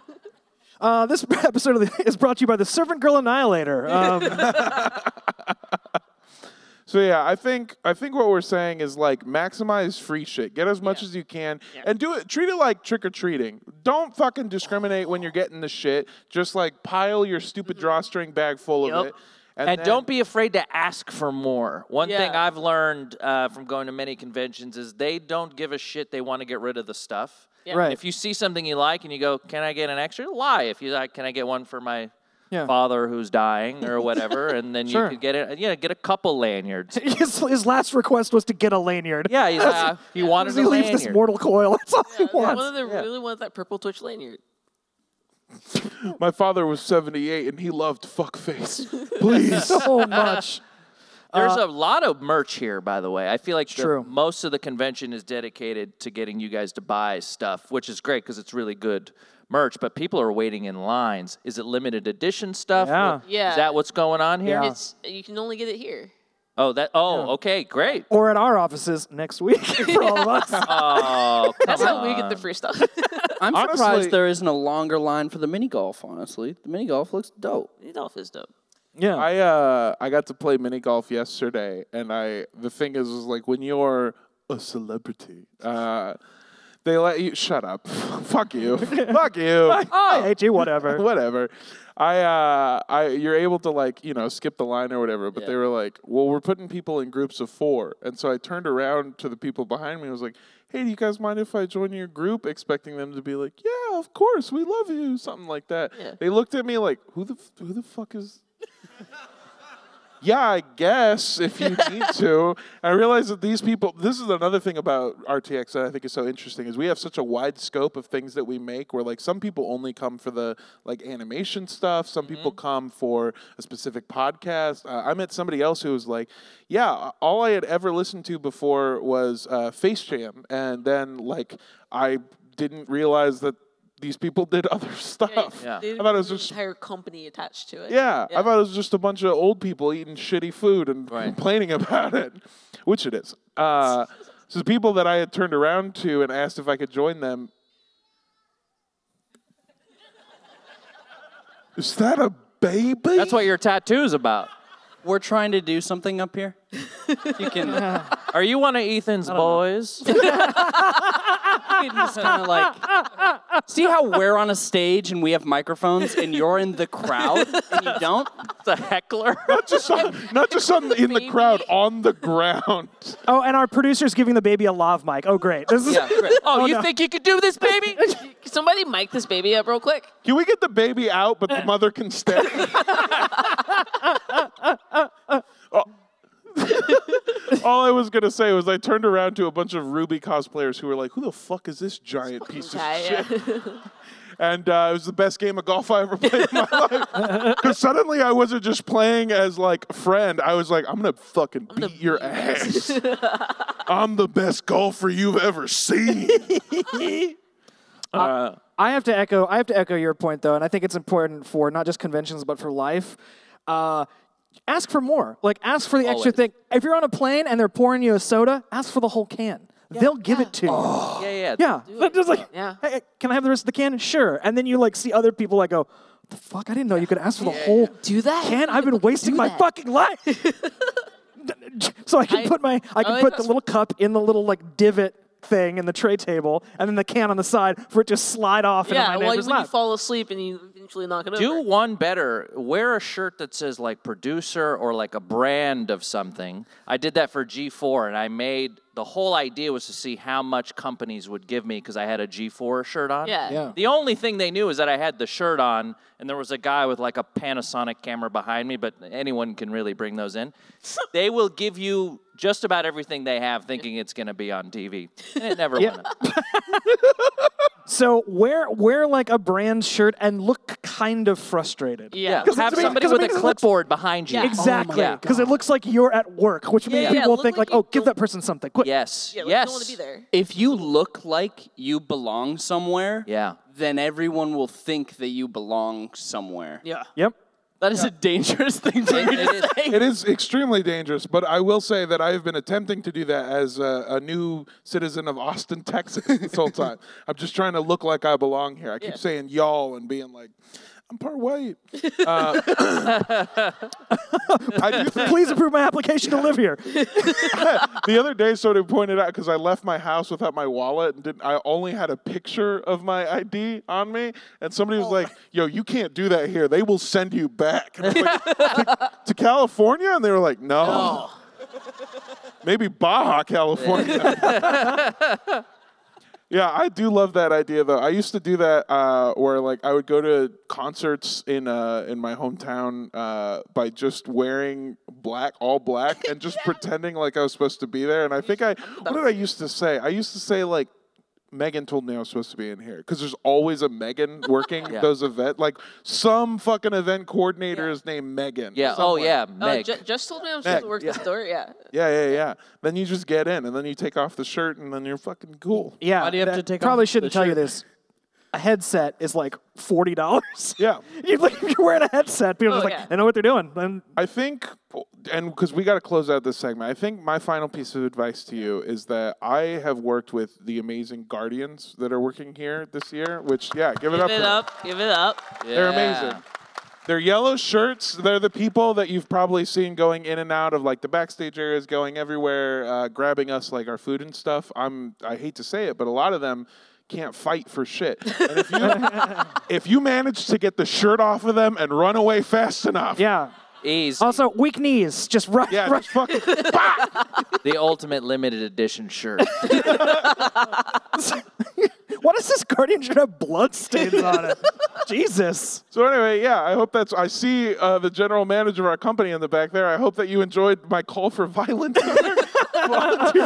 [SPEAKER 2] Uh, this episode of the, is brought to you by the Servant Girl Annihilator. Um,
[SPEAKER 1] So yeah, I think I think what we're saying is like maximize free shit. Get as much as you can and do it treat it like trick or treating. Don't fucking discriminate when you're getting the shit. Just like pile your stupid drawstring bag full of
[SPEAKER 3] Yup.
[SPEAKER 1] it.
[SPEAKER 5] And
[SPEAKER 1] then-
[SPEAKER 5] don't be afraid to ask for more. One thing
[SPEAKER 3] Yeah.
[SPEAKER 5] I've learned uh, from going to many conventions is they don't give a shit. They want to get rid of the stuff.
[SPEAKER 3] Yeah.
[SPEAKER 2] Right.
[SPEAKER 5] If you see something you like and you go, "Can I get an extra?" Lie. If you like, "Can I get one for my
[SPEAKER 2] Yeah.
[SPEAKER 5] father who's dying or whatever?" and then you could get it. Yeah, get a couple lanyards.
[SPEAKER 2] his, his last request was to get a lanyard.
[SPEAKER 5] Yeah, he's, uh, he wanted
[SPEAKER 2] Does
[SPEAKER 5] a
[SPEAKER 2] he leave
[SPEAKER 5] lanyard.
[SPEAKER 2] this mortal coil? That's all he
[SPEAKER 3] One
[SPEAKER 2] wants.
[SPEAKER 3] of them really wants that purple Twitch lanyard.
[SPEAKER 1] My father was 78 and he loved fuckface. Please.
[SPEAKER 2] So much.
[SPEAKER 5] There's a lot of merch here, by the way. I feel like the-
[SPEAKER 2] Uh, True.
[SPEAKER 5] most of the convention is dedicated to getting you guys to buy stuff, which is great because it's really good merch. But people are waiting in lines. Is it limited edition stuff?
[SPEAKER 2] Yeah.
[SPEAKER 5] Is
[SPEAKER 3] Yeah.
[SPEAKER 5] that what's going on here?
[SPEAKER 2] Yeah.
[SPEAKER 3] It's you can only get it here.
[SPEAKER 5] Oh, that. Oh, okay, great.
[SPEAKER 2] Or at our offices next week for all of us.
[SPEAKER 5] Oh, come
[SPEAKER 3] That's how we get
[SPEAKER 5] on.
[SPEAKER 3] the free stuff.
[SPEAKER 6] I'm
[SPEAKER 1] Honestly-
[SPEAKER 6] surprised there isn't a longer line for the mini golf. Honestly, the mini golf looks dope.
[SPEAKER 3] Adolf is dope.
[SPEAKER 2] Yeah.
[SPEAKER 1] I uh I got to play mini golf yesterday, and I the thing is is like when you're a celebrity, uh, they let you shut up. Fuck you. Fuck you.
[SPEAKER 3] Oh.
[SPEAKER 2] I hate you, whatever.
[SPEAKER 1] whatever. I uh I you're able to like, you know, skip the line or whatever, but they were like, "Well, we're putting people in groups of 4." And so I turned around to the people behind me and was like, "Hey, do you guys mind if I join your group?" expecting them to be like, "Yeah, of course. We love you." Something like that.
[SPEAKER 3] Yeah.
[SPEAKER 1] They looked at me like, "Who the f- who the fuck is yeah, I guess if you need to. I realize that these people. This is another thing about RTX that I think is so interesting is we have such a wide scope of things that we make. Where like some people only come for the like animation stuff. Some
[SPEAKER 5] Mm-hmm.
[SPEAKER 1] people come for a specific podcast. Uh, I met somebody else who was like, "Yeah, all I had ever listened to before was uh, Face Jam," and then like I didn't realize that these people did other stuff.
[SPEAKER 5] Yeah.
[SPEAKER 3] They
[SPEAKER 1] I thought it was
[SPEAKER 3] have an
[SPEAKER 1] just
[SPEAKER 3] entire company attached to it.
[SPEAKER 1] yeah, I thought it was just a bunch of old people eating shitty food and complaining about it, which it is. Uh, so people that I had turned around to and asked if I could join them. Is that a baby?
[SPEAKER 5] That's what your tattoo's about.
[SPEAKER 6] We're trying to do something up here. You can
[SPEAKER 5] Are you one of Ethan's boys?
[SPEAKER 6] just kind of like see how we're on a stage and we have microphones and you're in the crowd and you don't.
[SPEAKER 5] It's a heckler.
[SPEAKER 1] Not just on, not just on in the crowd, on the ground.
[SPEAKER 2] Oh, and our producer's giving the baby a lav mic. Oh, great. This is.
[SPEAKER 5] oh, you think you could do this, baby?
[SPEAKER 3] Can somebody mic this baby up real quick?
[SPEAKER 1] Can we get the baby out, but the mother can stay? Oh. All I was gonna say was I turned around to a bunch of Ruby cosplayers who were like, "Who the fuck is this giant piece of
[SPEAKER 3] Yeah,
[SPEAKER 1] shit?" And uh, it was the best game of golf I ever played in my life. Because suddenly I wasn't just playing as like a friend. I was like, "I'm gonna fucking beat your ass. I'm the best golfer you've ever seen."
[SPEAKER 2] I have to echo. I have to echo your point though, and I think it's important for not just conventions but for life. Uh, ask for more. Like ask for the extra
[SPEAKER 5] Always.
[SPEAKER 2] thing. If you're on a plane and they're pouring you a soda, ask for the whole can. They'll give it to you.
[SPEAKER 5] yeah, yeah.
[SPEAKER 2] Yeah. But just like,
[SPEAKER 3] Yeah.
[SPEAKER 2] hey, can I have the rest of the can? Sure. And then you like see other people like go, the fuck? I didn't know you could ask for the whole
[SPEAKER 3] Do that.
[SPEAKER 2] can. I've been
[SPEAKER 3] Fucking
[SPEAKER 2] wasting
[SPEAKER 3] do
[SPEAKER 2] my
[SPEAKER 3] that.
[SPEAKER 2] fucking life. so I can
[SPEAKER 3] I-
[SPEAKER 2] put my I can
[SPEAKER 3] I like
[SPEAKER 2] put the
[SPEAKER 3] that's-
[SPEAKER 2] little cup in the little like divot thing in the tray table, and then the can on the side for it to slide off into
[SPEAKER 3] yeah,
[SPEAKER 2] my
[SPEAKER 3] well, when
[SPEAKER 2] neighbor's
[SPEAKER 3] you
[SPEAKER 2] lap.
[SPEAKER 3] fall asleep and you eventually knock it
[SPEAKER 5] Do
[SPEAKER 3] over.
[SPEAKER 5] one better. Wear a shirt that says like producer or like a brand of something. I did that for G4 and I made the whole idea was to see how much companies would give me because I had a G4 shirt on.
[SPEAKER 3] Yeah.
[SPEAKER 2] Yeah.
[SPEAKER 5] The only thing they knew is that I had the shirt on and there was a guy with like a Panasonic camera behind me, but anyone can really bring those in. they will give you just about everything they have thinking it's going to be on TV. And it never went. up.
[SPEAKER 2] So wear wear like a brand shirt and look kind of frustrated.
[SPEAKER 3] Yeah.
[SPEAKER 2] Because
[SPEAKER 5] Have
[SPEAKER 2] it's-
[SPEAKER 5] somebody
[SPEAKER 2] because it
[SPEAKER 5] with a
[SPEAKER 2] makes it look-
[SPEAKER 5] clipboard behind you. Oh
[SPEAKER 3] Yeah.
[SPEAKER 2] Exactly.
[SPEAKER 5] God.
[SPEAKER 2] Because it looks like you're at work, which
[SPEAKER 3] Yeah,
[SPEAKER 2] makes
[SPEAKER 3] yeah,
[SPEAKER 2] people
[SPEAKER 3] look
[SPEAKER 2] think like,
[SPEAKER 3] like you
[SPEAKER 2] oh, give
[SPEAKER 3] don't-
[SPEAKER 2] that person something quick.
[SPEAKER 5] Yes.
[SPEAKER 3] Yeah, like,
[SPEAKER 5] yes.
[SPEAKER 3] you don't want to be there.
[SPEAKER 6] If you look like you belong somewhere,
[SPEAKER 5] Yeah.
[SPEAKER 6] then everyone will think that you belong somewhere.
[SPEAKER 3] Yeah.
[SPEAKER 2] Yep.
[SPEAKER 6] That is a dangerous thing to
[SPEAKER 5] It- it
[SPEAKER 6] do.
[SPEAKER 5] is-
[SPEAKER 1] It is extremely dangerous, but I will say that I have been attempting to do that as a, a new citizen of Austin, Texas this whole time. I'm just trying to look like I belong here. I keep saying y'all and being like, I'm part white. Uh, I do think
[SPEAKER 2] Please approve my application to live here.
[SPEAKER 1] the other day somebody pointed out because I left my house without my wallet and didn't I only had a picture of my ID on me and somebody was like, "Yo, you can't do that here. They will send you back." And I was like, to, to California and they were like, "No." Maybe Baja California. Yeah, I do love that idea though. I used to do that uh, where like I would go to concerts in uh, in my hometown uh, by just wearing black, all black, and just pretending like I was supposed to be there. And I think I what did I used to say? I used to say like Megan told me I was supposed to be in here because there's always a Megan working those event. Like some fucking event coordinator is named Megan.
[SPEAKER 5] Yeah. Oh,
[SPEAKER 1] somewhere.
[SPEAKER 5] yeah.
[SPEAKER 3] Oh,
[SPEAKER 5] Meg.
[SPEAKER 3] ju- just told me I'm supposed to work the store. Yeah.
[SPEAKER 1] Yeah, yeah, yeah. Then you just get in, and then you take off the shirt, and then you're fucking cool.
[SPEAKER 2] Yeah.
[SPEAKER 6] Why do you
[SPEAKER 2] that-
[SPEAKER 6] have to take off
[SPEAKER 2] Probably
[SPEAKER 6] the
[SPEAKER 2] shouldn't tell you this. A headset is like forty dollars.
[SPEAKER 1] Yeah.
[SPEAKER 2] you like if you're wearing a headset, people are
[SPEAKER 3] Oh,
[SPEAKER 2] just like,
[SPEAKER 3] yeah.
[SPEAKER 2] they know what they're doing. Then
[SPEAKER 1] I think, and because we got to close out this segment, I think my final piece of advice to you is that I have worked with the amazing Guardians that are working here this year. Which, yeah, give it up.
[SPEAKER 3] Give it
[SPEAKER 1] for them.
[SPEAKER 3] up. Give it up.
[SPEAKER 1] They're
[SPEAKER 5] Yeah.
[SPEAKER 1] amazing. They're yellow shirts. They're the people that you've probably seen going in and out of like the backstage areas, going everywhere, uh, grabbing us like our food and stuff. I'm I hate to say it, but a lot of them can't fight for shit. And if you if you manage to get the shirt off of them and run away fast enough,
[SPEAKER 2] yeah.
[SPEAKER 5] Ease.
[SPEAKER 2] Also, weak knees, just right.
[SPEAKER 1] yeah,
[SPEAKER 2] right.
[SPEAKER 1] just fucking bah!
[SPEAKER 5] the ultimate limited edition shirt.
[SPEAKER 2] Why does this guardian should have blood stains on it? Jesus.
[SPEAKER 1] So anyway, yeah, I hope that's. I see uh, the general manager of our company in the back there. I hope that you enjoyed my call for violence.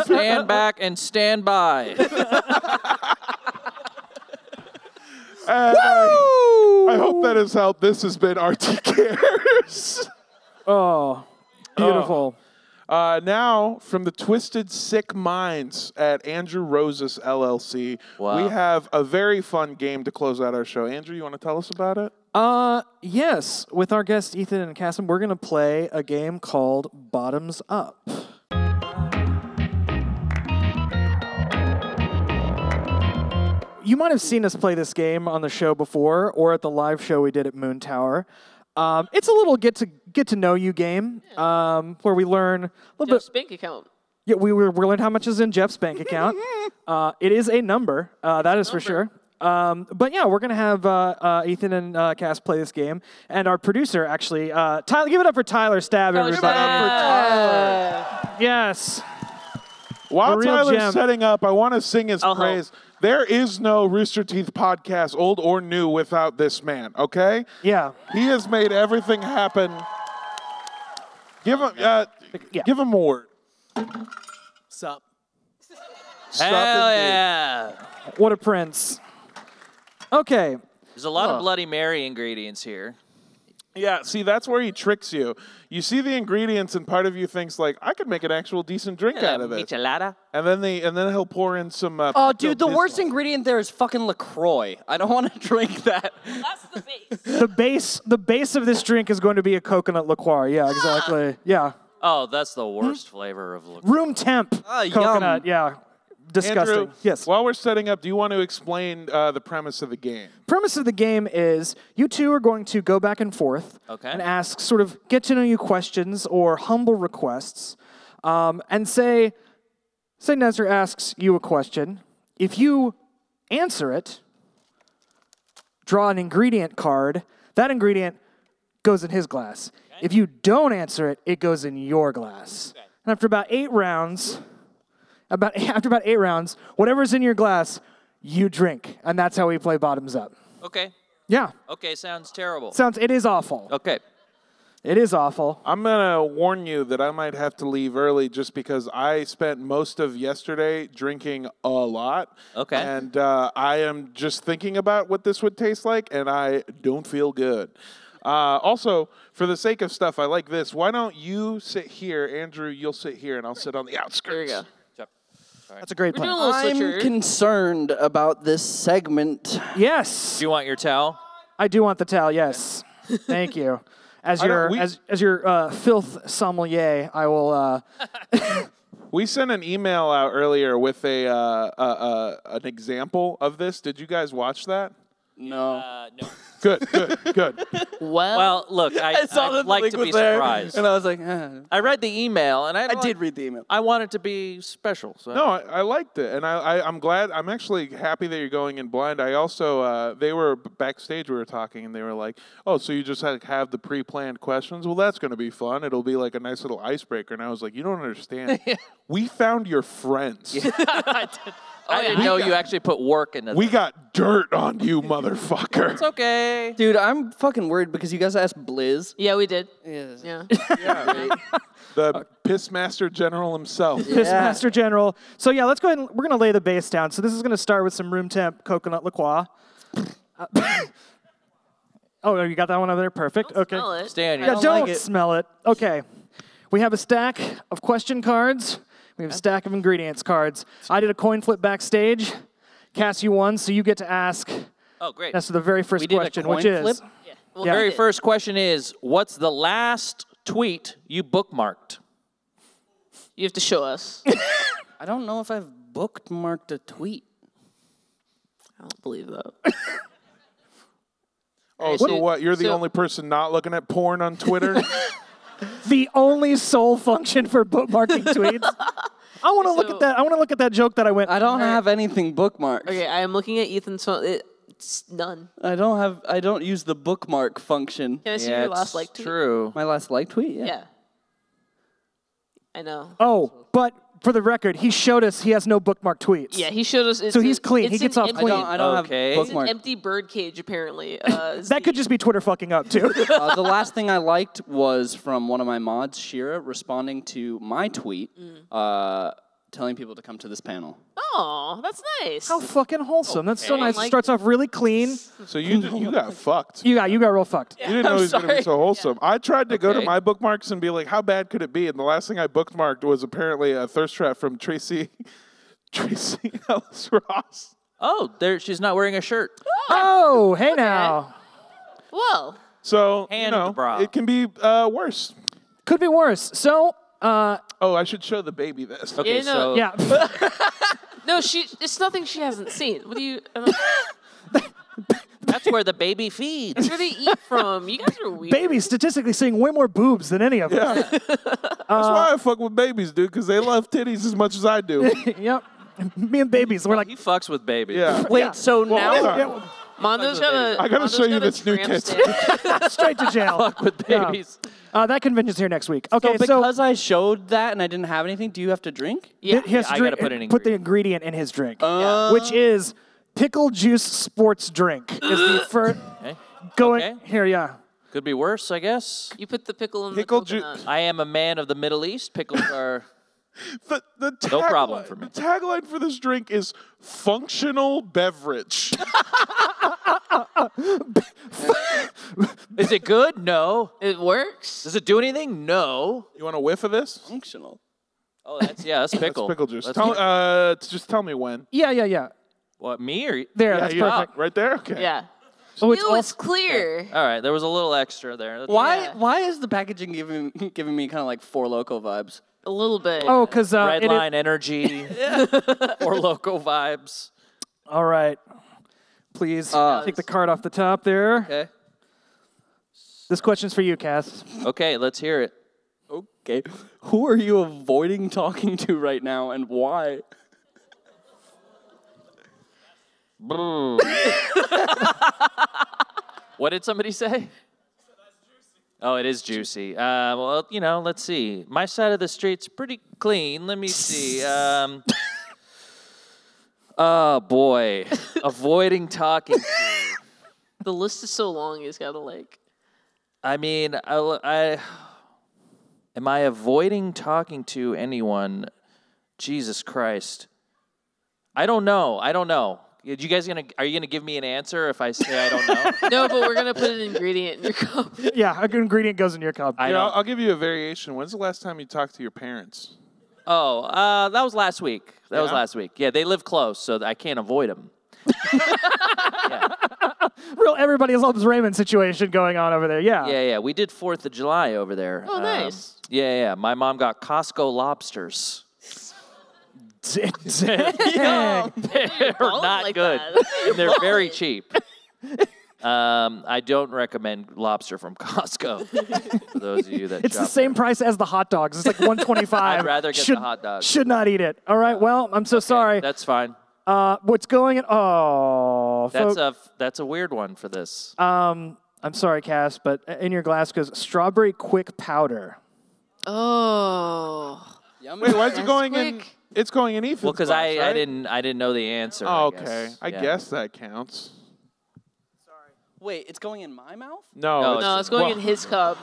[SPEAKER 5] stand back and stand by.
[SPEAKER 1] And I, I hope that has helped. This has been RT Cares.
[SPEAKER 2] Oh, beautiful.
[SPEAKER 1] Uh, now, from the twisted, sick minds at Andrew Rose's LLC,
[SPEAKER 5] Wow.
[SPEAKER 1] we have a very fun game to close out our show. Andrew, you want to tell us about it?
[SPEAKER 2] Uh, yes. With our guests Ethan and Cassim, we're gonna play a game called Bottoms Up. You might have seen us play this game on the show before, or at the live show we did at Moon Tower. Um, it's a little get to get to know you game um, where we learn a little bit
[SPEAKER 3] Jeff's bank account.
[SPEAKER 2] Yeah, we were we learned how much is in Jeff's bank account. uh, it is a number, uh, that is for sure. Um, but yeah, we're gonna have uh, uh, Ethan and uh, Cass play this game, and our producer actually, uh, Tyler, give it up for Tyler Stab, everybody. Yes,
[SPEAKER 1] While
[SPEAKER 2] A real
[SPEAKER 1] Tyler's
[SPEAKER 2] gem.
[SPEAKER 1] setting up, I want to sing his
[SPEAKER 5] Uh-huh.
[SPEAKER 3] I'll help.
[SPEAKER 1] praise. There is no Rooster Teeth podcast, old or new, without this man, okay?
[SPEAKER 2] yeah,
[SPEAKER 1] He has made everything happen. Give him, uh,
[SPEAKER 2] Yeah.
[SPEAKER 1] give him a word.
[SPEAKER 7] Sup?
[SPEAKER 5] Hell yeah.
[SPEAKER 2] what a prince. Okay,
[SPEAKER 5] There's a lot of Bloody Mary ingredients here.
[SPEAKER 1] Yeah, see, that's where he tricks you. You see the ingredients, and part of you thinks like, "I could make an actual decent drink out of this,"
[SPEAKER 5] Michelada.
[SPEAKER 1] and then the and then he'll pour in some. Uh,
[SPEAKER 6] Oh,
[SPEAKER 1] Pepto
[SPEAKER 6] dude, the worst
[SPEAKER 1] Bismol.
[SPEAKER 6] ingredient there is fucking LaCroix. I don't want to drink that.
[SPEAKER 3] That's the base.
[SPEAKER 2] the base the base of this drink is going to be a coconut liqueur. Yeah, exactly. Yeah,
[SPEAKER 5] Oh, that's the worst flavor of look.
[SPEAKER 2] room temp
[SPEAKER 6] Ah, yum.
[SPEAKER 2] coconut. Yeah, disgusting.
[SPEAKER 1] Andrew,
[SPEAKER 2] yes.
[SPEAKER 1] While we're setting up, do you want to explain uh, the premise of the game?
[SPEAKER 2] premise of the game is you two are going to go back and forth
[SPEAKER 5] Okay.
[SPEAKER 2] and ask sort of get to know you questions or humble requests Um, and say, say Nestor asks you a question. If you answer it, draw an ingredient card. That ingredient goes in his glass. If you don't answer it, it goes in your glass. And after about eight rounds, about after about eight rounds, whatever's in your glass, you drink, and that's how we play bottoms up.
[SPEAKER 5] Okay.
[SPEAKER 2] Yeah,
[SPEAKER 5] Okay, sounds terrible.
[SPEAKER 2] sounds it is awful.
[SPEAKER 5] okay.
[SPEAKER 2] It is awful.
[SPEAKER 1] I'm gonna warn you that I might have to leave early just because I spent most of yesterday drinking a lot.
[SPEAKER 5] Okay.
[SPEAKER 1] And uh, I am just thinking about what this would taste like, and I don't feel good. Uh, also, for the sake of stuff, I like this. Why don't you sit here, Andrew? You'll sit here, and I'll sit on the outskirts.
[SPEAKER 3] There you go.
[SPEAKER 2] That's a great
[SPEAKER 3] We're doing a
[SPEAKER 2] plan.
[SPEAKER 3] little
[SPEAKER 6] I'm
[SPEAKER 3] switcheroo.
[SPEAKER 6] concerned about this segment.
[SPEAKER 2] Yes,
[SPEAKER 5] Do you want your towel?
[SPEAKER 2] I do want the towel. Yes, thank you. As
[SPEAKER 1] don't-
[SPEAKER 2] your
[SPEAKER 1] we-
[SPEAKER 2] as as your uh, filth sommelier, I will. Uh,
[SPEAKER 1] We sent an email out earlier with a uh, uh, uh, an example of this. Did you guys watch that?
[SPEAKER 6] No.
[SPEAKER 5] Uh, no.
[SPEAKER 1] Good, good, good.
[SPEAKER 3] well,
[SPEAKER 5] Well, look, I, I
[SPEAKER 6] saw that
[SPEAKER 5] would
[SPEAKER 6] the
[SPEAKER 5] like
[SPEAKER 6] link
[SPEAKER 5] to
[SPEAKER 6] was
[SPEAKER 5] be
[SPEAKER 6] there,
[SPEAKER 5] surprised.
[SPEAKER 6] And I was like, eh.
[SPEAKER 5] I read the email, and I,
[SPEAKER 6] I did read the email.
[SPEAKER 5] I want it to be special. So.
[SPEAKER 1] No, I, I liked it, and I, I I'm glad. I'm actually happy that you're going in blind. I also uh, they were b- backstage. We were talking, and they were like, "Oh, so you just like have the pre-planned questions? Well, that's going to be fun. It'll be like a nice little icebreaker." And I was like, "You don't understand. we found your friends.
[SPEAKER 3] Oh,
[SPEAKER 5] I didn't know you actually put work into
[SPEAKER 1] we
[SPEAKER 5] this.
[SPEAKER 1] got dirt on you, motherfucker."
[SPEAKER 5] It's okay.
[SPEAKER 6] Dude, I'm fucking worried because you guys asked Blizz.
[SPEAKER 3] yeah, we did.
[SPEAKER 6] Yes.
[SPEAKER 3] Yeah.
[SPEAKER 1] the pissmaster general himself.
[SPEAKER 2] Pissmaster General. So yeah, let's go ahead and we're gonna lay the base down. So this is gonna start with some room temp coconut liqueur. Uh, oh, you got that one over there. Perfect. okay.
[SPEAKER 3] Smell it.
[SPEAKER 5] Stay on your
[SPEAKER 2] Yeah,
[SPEAKER 5] don't
[SPEAKER 2] don't,
[SPEAKER 6] like it.
[SPEAKER 2] smell it. Okay. We have a stack of question cards. We have a stack of ingredients cards. I did a coin flip backstage. Cass, you won, so you get to ask.
[SPEAKER 5] Oh, great.
[SPEAKER 2] That's the very first
[SPEAKER 6] did a
[SPEAKER 2] question,
[SPEAKER 6] coin
[SPEAKER 2] which is
[SPEAKER 6] flip?
[SPEAKER 3] Yeah. Well,
[SPEAKER 2] Yeah.
[SPEAKER 3] we
[SPEAKER 5] Very
[SPEAKER 3] did.
[SPEAKER 5] first question is What's the last tweet you bookmarked?
[SPEAKER 3] You have to show us.
[SPEAKER 6] I don't know if I've bookmarked a tweet.
[SPEAKER 3] I don't believe that.
[SPEAKER 1] Oh, so
[SPEAKER 3] What-
[SPEAKER 1] what? You're the
[SPEAKER 3] so-
[SPEAKER 1] only person not looking at porn on Twitter?
[SPEAKER 2] the only sole function for bookmarking tweets. I want to look
[SPEAKER 3] So-
[SPEAKER 2] at that. I want to look at that joke that I went.
[SPEAKER 6] I don't have anything bookmarked.
[SPEAKER 3] Okay, I am looking at Ethan's phone. It's none.
[SPEAKER 6] I don't have. I don't use the bookmark function.
[SPEAKER 3] Can I see your last like tweet?
[SPEAKER 5] true.
[SPEAKER 6] My last like tweet. Yeah.
[SPEAKER 3] Yeah. I know.
[SPEAKER 2] Oh, but for the record, he showed us he has no bookmark tweets.
[SPEAKER 3] Yeah, he showed us. It's
[SPEAKER 2] So he's
[SPEAKER 3] an-
[SPEAKER 2] clean.
[SPEAKER 3] It's
[SPEAKER 2] He gets
[SPEAKER 3] an
[SPEAKER 2] off
[SPEAKER 6] I
[SPEAKER 3] empty,
[SPEAKER 6] don't. I don't
[SPEAKER 5] Okay.
[SPEAKER 6] have
[SPEAKER 5] It's
[SPEAKER 3] It's an
[SPEAKER 6] bookmark.
[SPEAKER 3] empty bird cage, apparently. Uh,
[SPEAKER 2] That could just be Twitter fucking up too.
[SPEAKER 6] uh, the last thing I liked was from one of my mods, Shira, responding to my tweet, uh, telling people to come to this panel.
[SPEAKER 3] Oh, that's nice.
[SPEAKER 2] How fucking wholesome. That's so
[SPEAKER 3] Okay.
[SPEAKER 2] nice.
[SPEAKER 3] Like-
[SPEAKER 2] it starts off really clean.
[SPEAKER 1] so you just, you got fucked.
[SPEAKER 2] You got you got real fucked.
[SPEAKER 1] You didn't know
[SPEAKER 6] I'm
[SPEAKER 1] he was going to be
[SPEAKER 6] sorry.
[SPEAKER 1] so wholesome. I tried to go to
[SPEAKER 5] Okay.
[SPEAKER 1] my bookmarks and be like, "How bad could it be?" And the last thing I bookmarked was apparently a thirst trap from Tracy, Tracy Ellis Ross.
[SPEAKER 5] Oh, there she's not wearing a shirt.
[SPEAKER 2] Oh, hey now.
[SPEAKER 3] Well,
[SPEAKER 1] So you
[SPEAKER 5] Hand
[SPEAKER 1] know,
[SPEAKER 5] bra.
[SPEAKER 1] it can be uh, worse.
[SPEAKER 2] Could be worse. So, uh,
[SPEAKER 1] Oh, I should show the baby this.
[SPEAKER 5] Okay,
[SPEAKER 3] Yeah, no.
[SPEAKER 5] so
[SPEAKER 2] yeah.
[SPEAKER 3] no, she. It's nothing she hasn't seen. What do you? uh, I don't-
[SPEAKER 5] that's where the baby feeds.
[SPEAKER 3] That's where they eat from. You guys are weird.
[SPEAKER 2] Babies statistically seeing way more boobs than any of us.
[SPEAKER 1] Yeah. That's why I fuck with babies, dude, because they love titties as much as I do.
[SPEAKER 2] yep. Me and babies, we're like,
[SPEAKER 5] He fucks with babies.
[SPEAKER 1] Yeah.
[SPEAKER 6] Wait, so now
[SPEAKER 1] hold on.
[SPEAKER 3] Mondo's got a.
[SPEAKER 1] I gotta
[SPEAKER 3] Mondo's
[SPEAKER 1] show you
[SPEAKER 3] got a
[SPEAKER 1] this new
[SPEAKER 3] tramp
[SPEAKER 1] kid.
[SPEAKER 3] stamp.
[SPEAKER 2] straight to jail.
[SPEAKER 5] Fuck with
[SPEAKER 2] Yeah.
[SPEAKER 5] babies.
[SPEAKER 2] Uh, that convention's here next week. Okay, so,
[SPEAKER 6] because I showed that and I didn't have anything, do you have to drink?
[SPEAKER 3] Yeah.
[SPEAKER 2] he has
[SPEAKER 5] I
[SPEAKER 2] to
[SPEAKER 5] gotta
[SPEAKER 2] drink,
[SPEAKER 5] put an
[SPEAKER 2] the ingredient in his drink, which is pickle juice sports drink. Is the first
[SPEAKER 5] Okay.
[SPEAKER 2] going
[SPEAKER 5] Okay.
[SPEAKER 2] here? Yeah.
[SPEAKER 5] Could be worse, I guess.
[SPEAKER 3] You put the pickle in
[SPEAKER 1] Pickle
[SPEAKER 3] the
[SPEAKER 1] ju-
[SPEAKER 3] coconut.
[SPEAKER 5] I am a man of the Middle East. Pickles are
[SPEAKER 1] The, the tagline,
[SPEAKER 5] No problem for me.
[SPEAKER 1] The tagline for this drink is functional beverage.
[SPEAKER 5] Is it good? No.
[SPEAKER 3] It works.
[SPEAKER 5] Does it do anything? No.
[SPEAKER 1] you want a whiff of this?
[SPEAKER 6] Functional.
[SPEAKER 5] Oh, that's yeah, that's pickle.
[SPEAKER 1] That's pickle juice.
[SPEAKER 5] That's
[SPEAKER 1] Tell,
[SPEAKER 5] pickle.
[SPEAKER 1] uh, just tell me when.
[SPEAKER 2] Yeah, yeah, yeah.
[SPEAKER 5] what me or
[SPEAKER 2] There,
[SPEAKER 1] Yeah,
[SPEAKER 2] that's
[SPEAKER 1] you-
[SPEAKER 2] perfect.
[SPEAKER 1] Right there? Okay.
[SPEAKER 3] Yeah.
[SPEAKER 2] Oh,
[SPEAKER 3] Ew, it's clear.
[SPEAKER 5] All right, there was a little extra there. That's-
[SPEAKER 6] Why?
[SPEAKER 3] Yeah.
[SPEAKER 6] Why is the packaging giving giving me kind of like four local vibes?
[SPEAKER 3] A little bit.
[SPEAKER 2] Oh, because uh,
[SPEAKER 5] Red
[SPEAKER 2] it is-
[SPEAKER 5] line energy or local vibes.
[SPEAKER 2] all right. Please
[SPEAKER 5] Uh,
[SPEAKER 2] take the card off the top there.
[SPEAKER 5] Okay.
[SPEAKER 2] This question's for you, Cass.
[SPEAKER 5] Okay, let's hear it.
[SPEAKER 6] okay, who are you avoiding talking to right now and why?
[SPEAKER 5] What did somebody say? Oh, it is juicy. Uh, well, you know, let's see. My side of the street's pretty clean. Let me see. Um, oh boy, avoiding talking. to.
[SPEAKER 3] The list is so long. You just gotta like.
[SPEAKER 5] I mean, I, I am I avoiding talking to anyone? Jesus Christ. I don't know. I don't know. You guys gonna are you gonna give me an answer if I say I don't know?
[SPEAKER 3] No, but we're gonna put an ingredient in your cup.
[SPEAKER 2] Yeah, a good ingredient goes in your cup.
[SPEAKER 5] I
[SPEAKER 1] You know,
[SPEAKER 5] don't.
[SPEAKER 1] I'll give you a variation. When's the last time you talked to your parents?
[SPEAKER 5] Oh, uh, that was last week. That was
[SPEAKER 1] Yeah?
[SPEAKER 5] last week. Yeah, they live close, so I can't avoid them.
[SPEAKER 2] Real everybody loves Raymond situation going on over there. Yeah.
[SPEAKER 5] Yeah, yeah. We did Fourth of July over there. Um,
[SPEAKER 3] Oh, nice.
[SPEAKER 5] Yeah, yeah. My mom got Costco lobsters.
[SPEAKER 2] Dang.
[SPEAKER 5] They're
[SPEAKER 3] balling
[SPEAKER 5] not
[SPEAKER 3] like
[SPEAKER 5] good.
[SPEAKER 3] that. You're
[SPEAKER 5] They're very
[SPEAKER 3] balling.
[SPEAKER 5] cheap. um, I don't recommend lobster from Costco. for those of you that
[SPEAKER 2] It's the
[SPEAKER 5] shop
[SPEAKER 2] same
[SPEAKER 5] there.
[SPEAKER 2] price as the hot dogs. It's like 125.
[SPEAKER 5] I'd rather get the
[SPEAKER 2] should,
[SPEAKER 5] hot dogs.
[SPEAKER 2] Should not eat it. All right. Well, I'm so sorry.
[SPEAKER 5] That's fine.
[SPEAKER 2] Uh, what's going on? Oh,
[SPEAKER 5] That's
[SPEAKER 2] folk-
[SPEAKER 5] a that's a weird one for this.
[SPEAKER 2] um, I'm sorry, Cass, but in your glass goes strawberry quick powder.
[SPEAKER 3] Oh.
[SPEAKER 6] Yummy.
[SPEAKER 1] Wait, why's it going in?
[SPEAKER 3] quick.
[SPEAKER 1] It's going in Ethan's.
[SPEAKER 5] well, because
[SPEAKER 1] glass,
[SPEAKER 5] I, I
[SPEAKER 1] right?
[SPEAKER 5] didn't I didn't know the answer.
[SPEAKER 1] Oh,
[SPEAKER 5] I
[SPEAKER 1] okay.
[SPEAKER 5] guess.
[SPEAKER 1] I
[SPEAKER 5] Yeah.
[SPEAKER 1] guess that counts.
[SPEAKER 6] Wait, it's going in my mouth?
[SPEAKER 1] No.
[SPEAKER 5] No,
[SPEAKER 1] it's-
[SPEAKER 3] No, it's going
[SPEAKER 1] well,
[SPEAKER 3] in his cup.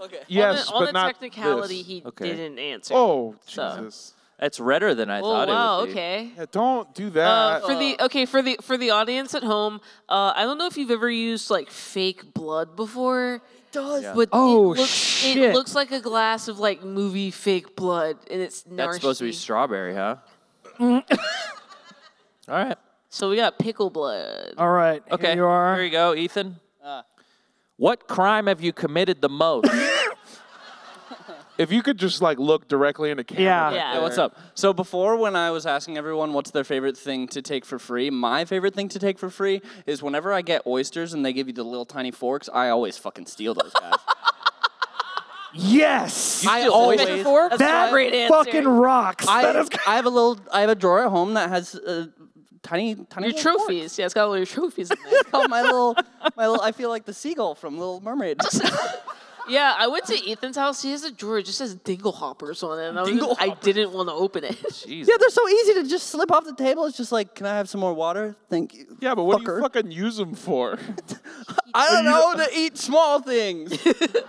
[SPEAKER 6] Okay.
[SPEAKER 1] Yes,
[SPEAKER 3] on the, on
[SPEAKER 1] but
[SPEAKER 3] the
[SPEAKER 1] not
[SPEAKER 3] technicality,
[SPEAKER 1] this.
[SPEAKER 3] he
[SPEAKER 5] Okay.
[SPEAKER 3] didn't answer.
[SPEAKER 1] Oh
[SPEAKER 3] So.
[SPEAKER 1] Jesus!
[SPEAKER 5] That's redder than I
[SPEAKER 3] Oh,
[SPEAKER 5] thought it
[SPEAKER 3] wow.
[SPEAKER 5] would be.
[SPEAKER 3] Okay.
[SPEAKER 1] Yeah, don't do
[SPEAKER 3] Uh,
[SPEAKER 1] that.
[SPEAKER 3] for the okay for the for the audience at home, uh, I don't know if you've ever used like fake blood before.
[SPEAKER 6] does.
[SPEAKER 5] Yeah.
[SPEAKER 3] But
[SPEAKER 2] Oh,
[SPEAKER 3] it looks,
[SPEAKER 2] shit.
[SPEAKER 3] It looks like a glass of like movie fake blood, and it's nasty.
[SPEAKER 5] That's supposed to be strawberry, huh?
[SPEAKER 2] Mm.
[SPEAKER 5] All right.
[SPEAKER 3] so we got pickle blood.
[SPEAKER 2] All right.
[SPEAKER 5] Okay.
[SPEAKER 2] Here you are.
[SPEAKER 5] Here you go, Ethan.
[SPEAKER 6] Ah.
[SPEAKER 5] what crime have you committed the most? yeah,
[SPEAKER 1] if you could just like look directly into camera.
[SPEAKER 2] Yeah.
[SPEAKER 1] right
[SPEAKER 3] Yeah.
[SPEAKER 1] there.
[SPEAKER 5] what's up?
[SPEAKER 6] So before, when I was asking everyone what's their favorite thing to take for free, my favorite thing to take for free is whenever I get oysters and they give you the little tiny forks, I always fucking steal those guys.
[SPEAKER 2] Yes.
[SPEAKER 6] I
[SPEAKER 3] Still
[SPEAKER 6] always.
[SPEAKER 3] fish fork? That's
[SPEAKER 2] that
[SPEAKER 3] a great answer.
[SPEAKER 2] fucking rocks.
[SPEAKER 6] I,
[SPEAKER 2] that is
[SPEAKER 6] I have a little. I have a drawer at home that has uh, tiny, tiny
[SPEAKER 3] Your
[SPEAKER 6] little forks.
[SPEAKER 3] trophies, yeah, it's got all your trophies in there.
[SPEAKER 6] Oh, my little, my little. I feel like the seagull from Little Mermaid.
[SPEAKER 3] yeah, I went to Ethan's house. He has a drawer. It just says dingle hoppers on it. And I, was
[SPEAKER 6] Dingle
[SPEAKER 3] just- I didn't want to open it.
[SPEAKER 5] Jeez.
[SPEAKER 6] yeah, they're so easy to just slip off the table. It's just like, can I have some more water? Thank you.
[SPEAKER 1] Yeah, but what do
[SPEAKER 6] Fucker.
[SPEAKER 1] you fucking use them for?
[SPEAKER 6] I don't know to eat small things.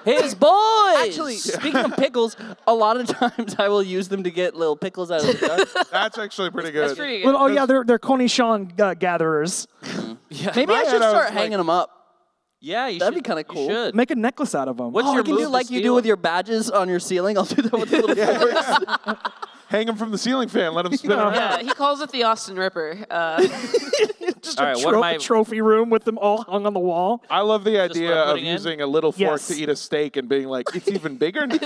[SPEAKER 5] His boys.
[SPEAKER 6] Actually, speaking of pickles, a lot of times I will use them to get little pickles out of the jar.
[SPEAKER 1] That's actually pretty good.
[SPEAKER 3] That's pretty good.
[SPEAKER 2] Well, oh yeah, they're they're cornichon uh, gatherers.
[SPEAKER 6] Maybe I
[SPEAKER 1] Right,
[SPEAKER 6] should
[SPEAKER 1] I was
[SPEAKER 6] start
[SPEAKER 1] like-
[SPEAKER 6] hanging them up.
[SPEAKER 5] yeah, you
[SPEAKER 6] That'd
[SPEAKER 5] should-
[SPEAKER 6] be kinda
[SPEAKER 5] you
[SPEAKER 6] cool.
[SPEAKER 5] should.
[SPEAKER 2] Make a necklace out of them.
[SPEAKER 5] What's
[SPEAKER 6] Oh,
[SPEAKER 5] your
[SPEAKER 6] I can
[SPEAKER 5] move
[SPEAKER 6] do
[SPEAKER 5] to
[SPEAKER 6] like you
[SPEAKER 5] steal
[SPEAKER 6] do with
[SPEAKER 5] it?
[SPEAKER 6] your badges on your ceiling. I'll do that with the little.
[SPEAKER 1] Yeah, right. Hang them from the ceiling fan. Let them spin around.
[SPEAKER 3] Yeah, he calls it the Austin Ripper. Uh,
[SPEAKER 2] Just
[SPEAKER 5] All
[SPEAKER 2] a
[SPEAKER 5] right, what am
[SPEAKER 2] tro-
[SPEAKER 5] I-
[SPEAKER 2] trophy room with them all hung on the wall.
[SPEAKER 1] I love the
[SPEAKER 5] Just
[SPEAKER 1] idea
[SPEAKER 5] what I'm
[SPEAKER 1] of
[SPEAKER 5] putting in?
[SPEAKER 1] using a little fork
[SPEAKER 2] Yes.
[SPEAKER 1] to eat a steak and being like, it's even bigger. now."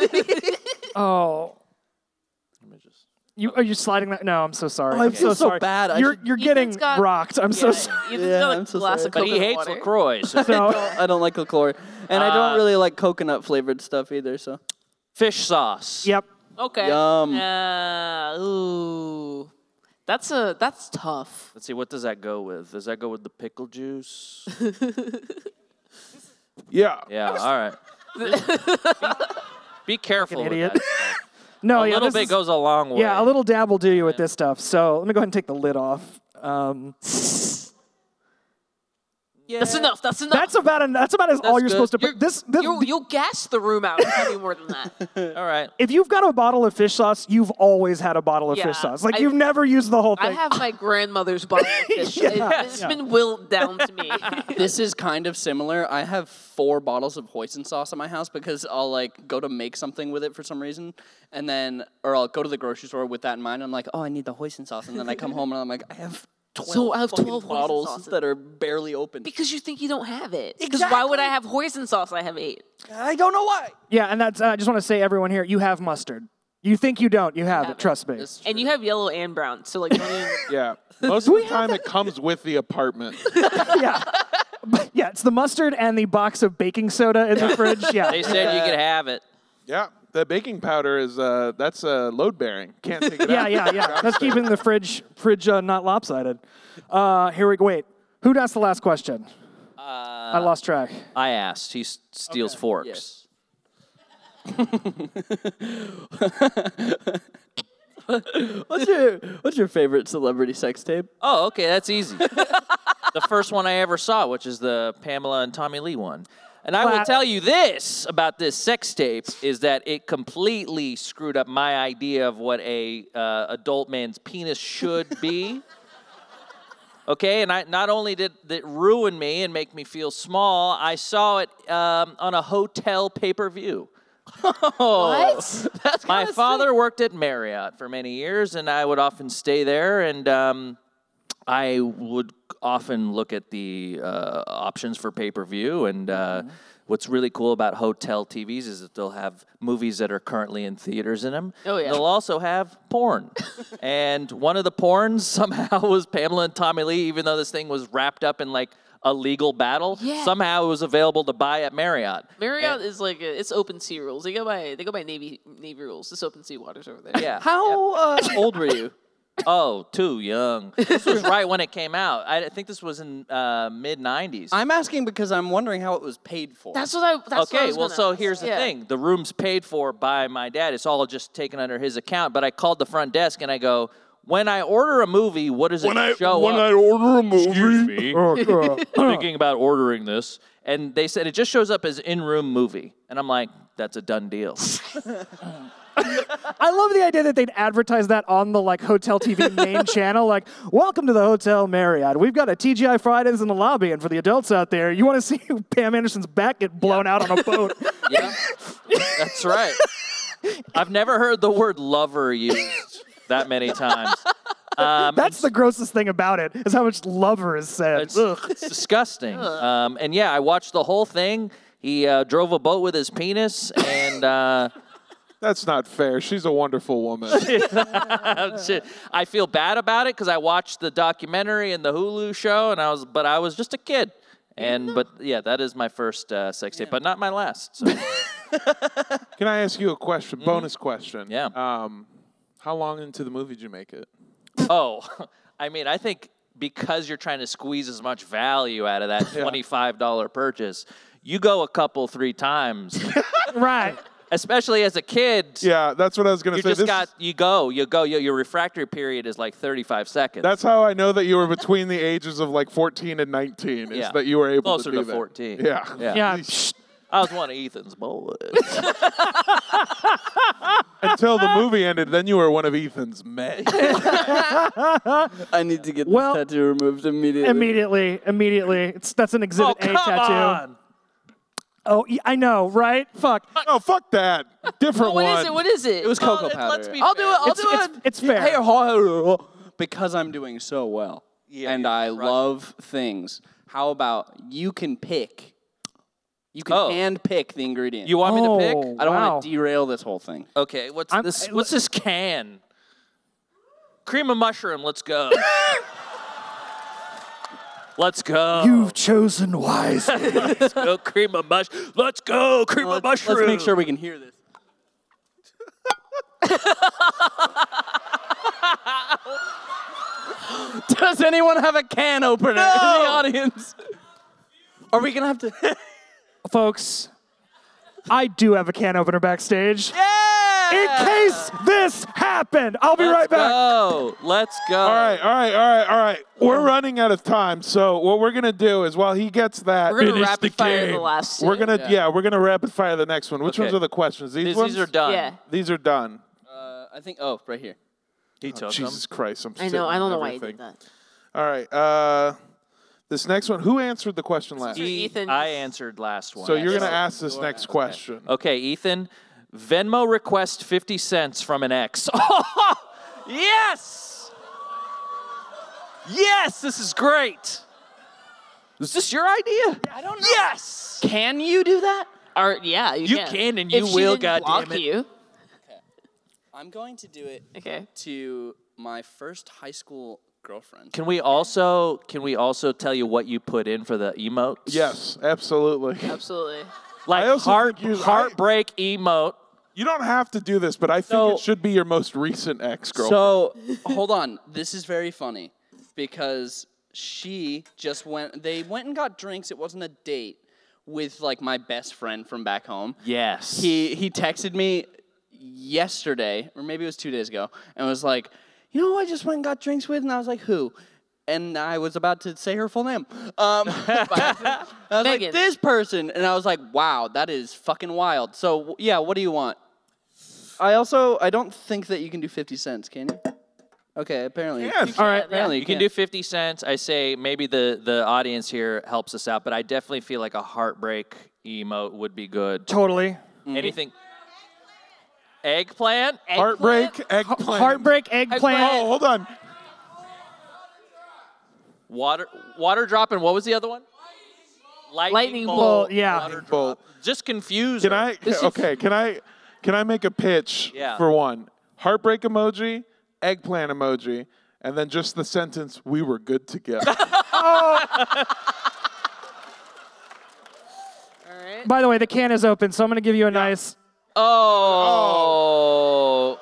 [SPEAKER 2] Oh.
[SPEAKER 5] Let me just-
[SPEAKER 2] You are you sliding that? No, I'm so sorry.
[SPEAKER 6] Oh, I
[SPEAKER 2] I'm
[SPEAKER 6] feel so
[SPEAKER 2] sorry.
[SPEAKER 6] bad. I
[SPEAKER 2] You're
[SPEAKER 6] should-
[SPEAKER 2] you're
[SPEAKER 3] Ethan's
[SPEAKER 2] getting
[SPEAKER 3] got-
[SPEAKER 2] rocked. I'm so
[SPEAKER 3] yeah,
[SPEAKER 2] sorry.
[SPEAKER 3] Ethan's
[SPEAKER 6] Yeah,
[SPEAKER 3] got a
[SPEAKER 6] I'm so
[SPEAKER 3] glass
[SPEAKER 6] sorry.
[SPEAKER 3] of
[SPEAKER 5] But he
[SPEAKER 3] coconut
[SPEAKER 5] hates
[SPEAKER 3] water.
[SPEAKER 5] LaCroix. so
[SPEAKER 2] So,
[SPEAKER 6] I don't like Lacroix, and I
[SPEAKER 5] Uh,
[SPEAKER 6] don't really like coconut flavored stuff either. So
[SPEAKER 5] fish sauce.
[SPEAKER 2] yep.
[SPEAKER 3] Okay.
[SPEAKER 6] Yum.
[SPEAKER 3] Yeah. ooh. That's a that's tough.
[SPEAKER 5] Let's see, what does that go with? Does that go with the pickle juice?
[SPEAKER 1] yeah.
[SPEAKER 5] Yeah, all right. be, be careful with
[SPEAKER 2] idiot.
[SPEAKER 5] that.
[SPEAKER 2] No,
[SPEAKER 6] Oh,
[SPEAKER 5] A
[SPEAKER 2] yeah,
[SPEAKER 5] little
[SPEAKER 2] this
[SPEAKER 5] bit
[SPEAKER 2] is-
[SPEAKER 5] goes a long way.
[SPEAKER 2] Yeah, a little dab will do you with this stuff. So let me go ahead and take the lid off. Um,
[SPEAKER 3] That's enough. That's enough.
[SPEAKER 2] that's about an, that's about as all you're
[SPEAKER 5] good.
[SPEAKER 2] supposed to.
[SPEAKER 5] You're-
[SPEAKER 2] put. This, this
[SPEAKER 3] you you'll gas the room out if you do more than that.
[SPEAKER 5] All right.
[SPEAKER 2] if you've got a bottle of fish sauce, you've always had a bottle of
[SPEAKER 3] Yeah,
[SPEAKER 2] fish sauce. Like
[SPEAKER 3] I-
[SPEAKER 2] you've never used the whole thing.
[SPEAKER 3] I have my grandmother's bottle of fish. It, has been willed down to me.
[SPEAKER 6] this is kind of similar. I have four bottles of hoisin sauce at my house because I'll like go to make something with it for some reason, and then or I'll go to the grocery store with that in mind. I'm like, oh, I need the hoisin sauce, and then I come home and I'm like, I have twelve,
[SPEAKER 3] I have
[SPEAKER 6] fucking
[SPEAKER 3] 12 hoisin
[SPEAKER 6] bottles
[SPEAKER 3] sauces.
[SPEAKER 6] that are barely open.
[SPEAKER 3] because you think you don't have it. Because why would I have hoisin sauce? I have eight.
[SPEAKER 6] I don't know why.
[SPEAKER 2] yeah, and that's. I just want to say, everyone here, you have mustard. You think you don't? You have it. Trust me.
[SPEAKER 3] And you have yellow and brown. So like, don't even-
[SPEAKER 1] Yeah. Most of the time, it comes with the apartment.
[SPEAKER 2] yeah. yeah, it's the mustard and the box of baking soda in the fridge. Yeah.
[SPEAKER 5] They said you could have it.
[SPEAKER 1] Yeah. that baking powder is uh, that's uh, load bearing. Can't take it
[SPEAKER 2] Yeah,
[SPEAKER 1] out.
[SPEAKER 2] yeah, yeah. That's keeping the fridge fridge uh, not lopsided. Uh, here we go. Wait, who asked the last question? I lost track.
[SPEAKER 5] I asked. He s- steals forks.
[SPEAKER 6] Yes. what's your What's your favorite celebrity sex tape?
[SPEAKER 5] Oh, okay, that's easy. the first one I ever saw, which is the Pamela and Tommy Lee one. And I will
[SPEAKER 2] Clap.
[SPEAKER 5] tell you this about this sex tape is that it completely screwed up my idea of what a uh, adult man's penis should be. okay, and I not only did it ruin me and make me feel small, I saw it um, on a hotel pay-per-view.
[SPEAKER 3] What? That's
[SPEAKER 5] My
[SPEAKER 3] kinda
[SPEAKER 5] father worked at Marriott for many years, and I would often stay there. And um, I would often look at the uh, options for pay per view. And
[SPEAKER 3] Mm-hmm.
[SPEAKER 5] uh, what's really cool about hotel TVs is that they'll have movies that are currently in theaters in them.
[SPEAKER 3] Oh, yeah.
[SPEAKER 5] They'll also have porn. and one of the porns somehow was Pamela and Tommy Lee, even though this thing was wrapped up in like a legal battle.
[SPEAKER 3] Yeah.
[SPEAKER 5] Somehow it was available to buy at Marriott.
[SPEAKER 3] Marriott is like a, it's open sea rules. They go by they go by navy navy rules. It's open sea waters over there.
[SPEAKER 5] Yeah.
[SPEAKER 6] How uh, old were you?
[SPEAKER 5] Oh, too young. This was right when it came out. I I think this was in uh, mid '90s.
[SPEAKER 6] I'm asking because I'm wondering how it was paid for.
[SPEAKER 3] That's what I. That's what I
[SPEAKER 5] okay.
[SPEAKER 3] was
[SPEAKER 5] Well,
[SPEAKER 3] gonna
[SPEAKER 5] so
[SPEAKER 3] ask.
[SPEAKER 5] here's the
[SPEAKER 3] Yeah.
[SPEAKER 5] thing: the room's paid for by my dad. It's all just taken under his account. But I called the front desk and I go, "When I order a movie, what does
[SPEAKER 1] When
[SPEAKER 5] it
[SPEAKER 1] I
[SPEAKER 5] show
[SPEAKER 1] when
[SPEAKER 5] up?"
[SPEAKER 1] I order a movie,
[SPEAKER 5] Excuse me.
[SPEAKER 2] Oh, God.
[SPEAKER 5] thinking about ordering this, and they said it just shows up as in-room movie, and I'm like, "That's a done deal."
[SPEAKER 2] I love the idea that they'd advertise that on the like hotel TV main channel, like "Welcome to the Hotel Marriott. We've got a TGI Fridays in the lobby, and for the adults out there, you want to see Pam Anderson's back get blown out on a boat."
[SPEAKER 5] yeah, that's right. I've never heard the word lover used that many times. Um,
[SPEAKER 2] That's the grossest thing about it is how much lover is said.
[SPEAKER 5] It's,
[SPEAKER 2] Ugh.
[SPEAKER 5] it's disgusting. Um, and yeah, I watched the whole thing. He uh, drove a boat with his penis, and uh,
[SPEAKER 1] That's not fair. She's a wonderful woman.
[SPEAKER 5] Oh, shit, I feel bad about it because I watched the documentary and the Hulu show, and I was, but I was just a kid. And but yeah, that is my first uh, sex tape, but not my last. So
[SPEAKER 1] Can I ask you a question? Bonus question.
[SPEAKER 5] Mm-hmm. Yeah.
[SPEAKER 1] Um, how long into the movie did you make it?
[SPEAKER 5] oh, I mean, I think because you're trying to squeeze as much value out of that twenty-five dollar purchase, you go a couple three times,
[SPEAKER 2] right.
[SPEAKER 5] especially as a kid.
[SPEAKER 1] Yeah, that's what I was gonna
[SPEAKER 5] You
[SPEAKER 1] say.
[SPEAKER 5] just
[SPEAKER 1] This-
[SPEAKER 5] got you go you go you, your refractory period is like 35 seconds.
[SPEAKER 1] that's how I know that you were between the ages of like 14 and 19. Is
[SPEAKER 5] Yeah.
[SPEAKER 1] that you were able
[SPEAKER 5] closer
[SPEAKER 1] to
[SPEAKER 5] to,
[SPEAKER 1] do that.
[SPEAKER 5] 14.
[SPEAKER 1] Yeah.
[SPEAKER 5] yeah,
[SPEAKER 2] Yeah.
[SPEAKER 5] I was one of Ethan's boys.
[SPEAKER 1] Until the movie ended, then you were one of Ethan's men.
[SPEAKER 6] I need to get this
[SPEAKER 2] Well-
[SPEAKER 6] tattoo removed immediately.
[SPEAKER 2] Immediately, immediately. It's that's an
[SPEAKER 5] oh
[SPEAKER 2] exhibit
[SPEAKER 5] come
[SPEAKER 2] A tattoo.
[SPEAKER 5] on!
[SPEAKER 2] Oh, y- I know, right? Fuck.
[SPEAKER 1] oh, fuck that. Different
[SPEAKER 3] What
[SPEAKER 1] one.
[SPEAKER 3] is it? What is it?
[SPEAKER 6] It was
[SPEAKER 5] Well,
[SPEAKER 6] cocoa
[SPEAKER 5] it-
[SPEAKER 6] powder.
[SPEAKER 5] let's be
[SPEAKER 6] I'll do
[SPEAKER 5] fair.
[SPEAKER 6] it. I'll
[SPEAKER 2] It's-
[SPEAKER 6] do
[SPEAKER 2] it's-
[SPEAKER 6] it.
[SPEAKER 2] it's fair.
[SPEAKER 6] Hey, uh, oh, ho- ho- oh. because I'm doing so well,
[SPEAKER 5] Yeah,
[SPEAKER 6] and
[SPEAKER 5] you're
[SPEAKER 6] I
[SPEAKER 5] crushing.
[SPEAKER 6] love things. How about you can pick? You can
[SPEAKER 5] Oh.
[SPEAKER 6] hand pick the ingredient.
[SPEAKER 5] You want me to
[SPEAKER 2] Oh.
[SPEAKER 5] pick?
[SPEAKER 6] I don't
[SPEAKER 2] Wow.
[SPEAKER 6] want to derail this whole thing.
[SPEAKER 5] Okay, what's
[SPEAKER 2] I'm-
[SPEAKER 5] this?
[SPEAKER 2] I-
[SPEAKER 5] What's this can? Cream of mushroom. Let's go. let's go.
[SPEAKER 2] You've chosen wisely.
[SPEAKER 5] Let's go cream of mush. Let's go cream of
[SPEAKER 6] Let's, let's
[SPEAKER 5] mushroom.
[SPEAKER 6] make sure we can hear this. Does anyone have a can opener in the audience? Are we gonna have to?
[SPEAKER 2] Folks, I do have a can opener backstage. In case this happened, I'll be right
[SPEAKER 5] Let's
[SPEAKER 2] back.
[SPEAKER 5] go. Let's go.
[SPEAKER 1] All right, all right, all right, all right. We're running out of time, so what we're gonna do is while he gets that,
[SPEAKER 3] We're gonna rapid fire the last. two.
[SPEAKER 1] we're gonna yeah. we're gonna rapid fire the next one. Which
[SPEAKER 5] Okay.
[SPEAKER 1] ones are the questions? These,
[SPEAKER 5] These,
[SPEAKER 1] ones
[SPEAKER 5] these are done.
[SPEAKER 3] Yeah.
[SPEAKER 1] These are done.
[SPEAKER 6] Uh, I think. Oh, right here.
[SPEAKER 5] He took them.
[SPEAKER 1] Jesus Christ, I'm
[SPEAKER 3] I know. I don't know why you
[SPEAKER 1] you
[SPEAKER 3] did that.
[SPEAKER 1] All right, uh, this next one. Who answered the question last?
[SPEAKER 3] was Ethan.
[SPEAKER 5] I answered last one.
[SPEAKER 1] So you're gonna ask this next question.
[SPEAKER 5] Okay, Ethan. Venmo request 50 cents from an ex. yes! Yes, this is great. Is this your idea? I don't know. Yes!
[SPEAKER 6] Can you do that?
[SPEAKER 3] Or, yeah, you,
[SPEAKER 5] You
[SPEAKER 3] can.
[SPEAKER 5] can and
[SPEAKER 3] If
[SPEAKER 5] you
[SPEAKER 3] she
[SPEAKER 5] will,
[SPEAKER 3] didn't block
[SPEAKER 5] goddammit.
[SPEAKER 3] you.
[SPEAKER 6] I'm going to do it
[SPEAKER 3] Okay.
[SPEAKER 6] to my first high school girlfriend.
[SPEAKER 5] Can we also can we also tell you what you put in for the emotes?
[SPEAKER 1] Yes, absolutely.
[SPEAKER 3] Absolutely.
[SPEAKER 5] Like
[SPEAKER 1] I also
[SPEAKER 5] heart
[SPEAKER 1] think you- I-
[SPEAKER 5] heartbreak emote.
[SPEAKER 1] You don't have to do this, but I think
[SPEAKER 6] So-
[SPEAKER 1] it should be your most recent ex girlfriend.
[SPEAKER 6] So hold on, this is very funny because she just went. They went and got drinks. It wasn't a date with like my best friend from back home.
[SPEAKER 5] Yes.
[SPEAKER 6] He he texted me yesterday, or maybe it was two days ago, and was like, "You know, who I just went and got drinks with," and I was like, "Who?" And I was about to say her full name. Um, by accident. I was
[SPEAKER 3] Megan.
[SPEAKER 6] like, "This person," and I was like, "Wow, that is fucking wild." So w- yeah, what do you want? I also I don't think that you can do fifty cents, can you? Okay, apparently.
[SPEAKER 1] Yes.
[SPEAKER 6] All right,
[SPEAKER 3] yeah.
[SPEAKER 6] apparently
[SPEAKER 5] You can do 50 cents. I say maybe the, the audience here helps us out, but I definitely feel like a heartbreak emote would be good.
[SPEAKER 2] Totally.
[SPEAKER 5] Anything. Eggplant?
[SPEAKER 1] Heartbreak, eggplant.
[SPEAKER 2] Heartbreak eggplant.
[SPEAKER 1] Oh, hold on.
[SPEAKER 5] Water water drop and what was the other one? Lightning,
[SPEAKER 3] Lightning
[SPEAKER 5] bolt.
[SPEAKER 2] bolt, yeah.
[SPEAKER 5] Water
[SPEAKER 1] Bolt.
[SPEAKER 5] drop. Just confuse.
[SPEAKER 1] Can
[SPEAKER 5] her.
[SPEAKER 1] I? Okay. Can I? Can I make a pitch
[SPEAKER 5] Yeah.
[SPEAKER 1] for one heartbreak emoji, eggplant emoji, and then just the sentence "We were good together."
[SPEAKER 3] All right.
[SPEAKER 2] By the way, the can is open, so I'm gonna give you a nice.
[SPEAKER 5] Oh.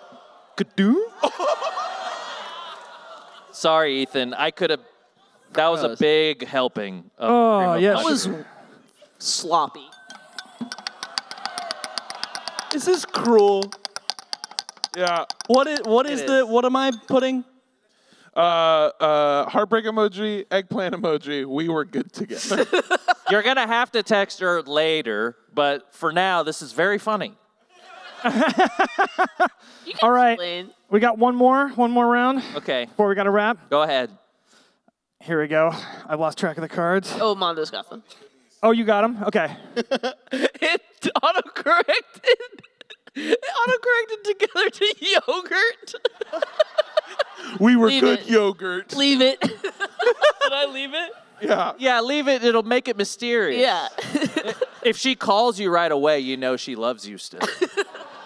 [SPEAKER 5] Sorry, Ethan. I could have. That was a
[SPEAKER 6] Gross.
[SPEAKER 5] big helping. Of cream
[SPEAKER 2] Oh
[SPEAKER 5] of
[SPEAKER 2] yes.
[SPEAKER 5] mushroom.
[SPEAKER 3] was sloppy.
[SPEAKER 6] This is cruel.
[SPEAKER 1] yeah.
[SPEAKER 6] What is what is, the
[SPEAKER 5] is.
[SPEAKER 6] what am I putting?
[SPEAKER 1] Uh, uh, heartbreak emoji, eggplant emoji. We were good together.
[SPEAKER 5] You're gonna have to text her later, but for now, this is very funny.
[SPEAKER 3] You can
[SPEAKER 2] All right.
[SPEAKER 3] explain.
[SPEAKER 2] We got one more, one more round
[SPEAKER 5] Okay,
[SPEAKER 2] before we got to wrap.
[SPEAKER 5] go ahead.
[SPEAKER 2] Here we go. I lost track of the cards.
[SPEAKER 3] Oh, Mondo's got them.
[SPEAKER 2] Oh, you got them. Okay.
[SPEAKER 3] It autocorrected. It autocorrected together to yogurt.
[SPEAKER 1] we were
[SPEAKER 3] Leave
[SPEAKER 1] good
[SPEAKER 3] it.
[SPEAKER 1] yogurt.
[SPEAKER 3] Leave it. Did I leave it?
[SPEAKER 1] Yeah.
[SPEAKER 5] Yeah, leave it. It'll make it mysterious.
[SPEAKER 3] Yeah.
[SPEAKER 5] If she calls you right away, you know she loves you still.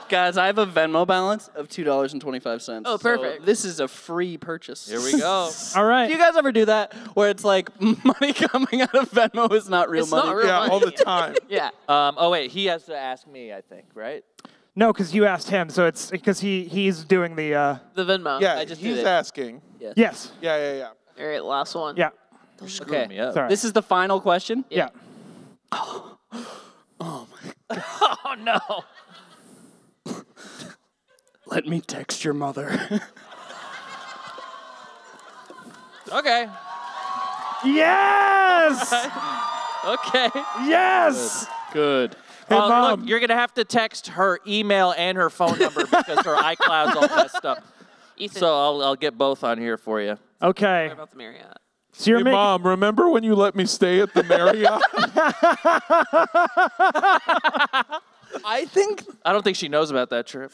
[SPEAKER 6] Guys, I have a Venmo balance of two dollars and twenty five cents.
[SPEAKER 3] Oh, perfect.
[SPEAKER 6] this is a free purchase.
[SPEAKER 5] Here we go.
[SPEAKER 2] All right.
[SPEAKER 6] Do you guys ever do that where it's like money coming out of Venmo is not real
[SPEAKER 3] It's
[SPEAKER 6] money?
[SPEAKER 3] not real
[SPEAKER 1] Yeah.
[SPEAKER 3] money.
[SPEAKER 1] All the time.
[SPEAKER 3] Yeah.
[SPEAKER 5] Um, oh wait, he has to ask me. I think right.
[SPEAKER 2] no, because you asked him, so it's because he he's doing the. Uh,
[SPEAKER 3] The Venmo.
[SPEAKER 1] Yeah.
[SPEAKER 6] just did
[SPEAKER 1] he's
[SPEAKER 6] it.
[SPEAKER 1] asking.
[SPEAKER 2] yes.
[SPEAKER 1] Yeah. Yeah. Yeah.
[SPEAKER 3] All right, last one.
[SPEAKER 2] Yeah.
[SPEAKER 5] Screwed me up.
[SPEAKER 2] Sorry.
[SPEAKER 6] This is the final question.
[SPEAKER 2] yeah.
[SPEAKER 5] Oh no.
[SPEAKER 6] Let me text your mother.
[SPEAKER 5] Okay.
[SPEAKER 2] Yes.
[SPEAKER 5] Okay.
[SPEAKER 2] yes.
[SPEAKER 6] Good.
[SPEAKER 1] Hey,
[SPEAKER 5] Uh,
[SPEAKER 1] mom.
[SPEAKER 5] Look, you're gonna have to text her email and her phone number because her iCloud's all messed up.
[SPEAKER 3] Ethan,
[SPEAKER 5] So I'll, I'll get both on here for you.
[SPEAKER 2] Okay.
[SPEAKER 3] about the Marriott.
[SPEAKER 2] So you're
[SPEAKER 1] Hey,
[SPEAKER 2] making.
[SPEAKER 1] mom, remember when you let me stay at the Marriott?
[SPEAKER 6] I think
[SPEAKER 5] I don't think she knows about that trip.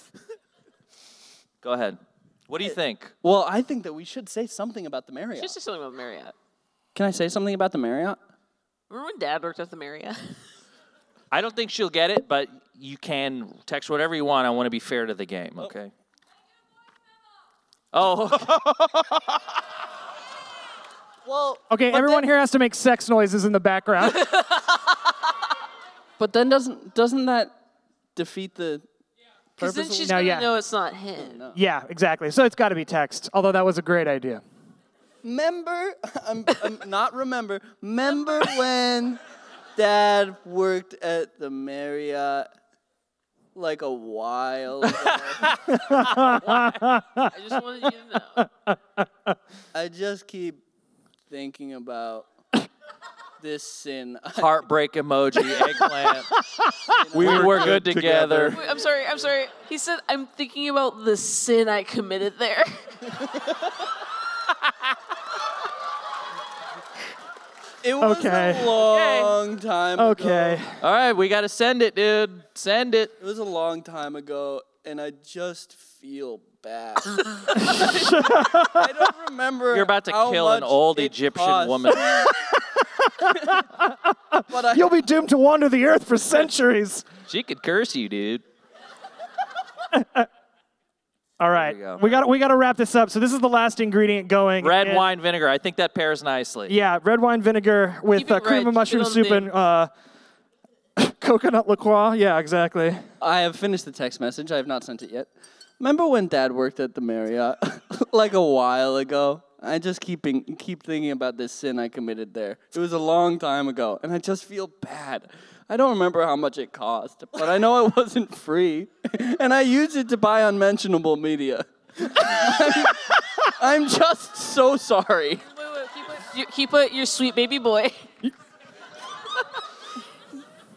[SPEAKER 5] Go ahead. What do you think?
[SPEAKER 6] well, I think that we should say something about the Marriott.
[SPEAKER 3] Just say something about Marriott.
[SPEAKER 6] Can I say something about the Marriott?
[SPEAKER 3] Remember when Dad worked at the Marriott?
[SPEAKER 5] I don't think she'll get it, but you can text whatever you want. I want to be fair to the game, okay? Oh, okay.
[SPEAKER 6] Well,
[SPEAKER 2] Okay, everyone here has to make sex noises in the background.
[SPEAKER 6] but then doesn't doesn't that defeat the
[SPEAKER 3] Because then
[SPEAKER 6] purpose of-
[SPEAKER 3] she's
[SPEAKER 2] No,
[SPEAKER 3] gonna
[SPEAKER 2] yeah.
[SPEAKER 3] know it's not him.
[SPEAKER 2] yeah, exactly. So it's got to be text. Although that was a great idea.
[SPEAKER 6] Remember, I'm, I'm um, not remember. Remember when Dad worked at the Marriott like a while. ago?
[SPEAKER 3] I just wanted you to know.
[SPEAKER 6] I just keep thinking about this sin.
[SPEAKER 5] heartbreak emoji, eggplant.
[SPEAKER 1] we
[SPEAKER 5] were good together.
[SPEAKER 3] Wait, I'm sorry. I'm sorry. He said, "I'm thinking about the sin I committed there."
[SPEAKER 6] It was
[SPEAKER 2] Okay.
[SPEAKER 6] a long time.
[SPEAKER 2] Okay.
[SPEAKER 6] Ago.
[SPEAKER 5] All right, we got to send it, dude. Send it.
[SPEAKER 6] It was a long time ago, and I just feel bad. I don't remember.
[SPEAKER 5] You're about to
[SPEAKER 6] how
[SPEAKER 5] kill an
[SPEAKER 6] much
[SPEAKER 5] old
[SPEAKER 6] it
[SPEAKER 5] Egyptian
[SPEAKER 6] cost,
[SPEAKER 5] woman.
[SPEAKER 6] But I,
[SPEAKER 2] You'll be doomed to wander the earth for centuries.
[SPEAKER 5] She could curse you, dude.
[SPEAKER 2] All right,
[SPEAKER 5] we go.
[SPEAKER 2] we got we got to wrap this up. So this is the last ingredient going.
[SPEAKER 5] Red
[SPEAKER 2] and-
[SPEAKER 5] wine vinegar. I think that pairs nicely.
[SPEAKER 2] Yeah, red wine vinegar with
[SPEAKER 3] Keep it
[SPEAKER 2] uh, cream
[SPEAKER 3] red, keep
[SPEAKER 2] of
[SPEAKER 3] it
[SPEAKER 2] mushroom
[SPEAKER 3] on
[SPEAKER 2] soup
[SPEAKER 3] the-
[SPEAKER 2] and uh, Coconut LaCroix. Yeah, exactly.
[SPEAKER 6] I have finished the text message. I have not sent it yet. Remember when Dad worked at the Marriott like a while ago? I just keep in- keep thinking about this sin I committed there. It was a long time ago, and I just feel bad. I don't remember how much it cost, but I know it wasn't free, and I used it to buy unmentionable media. I'm, I'm just so sorry.
[SPEAKER 3] Wait, wait, keep it, your, keep it, your sweet baby boy.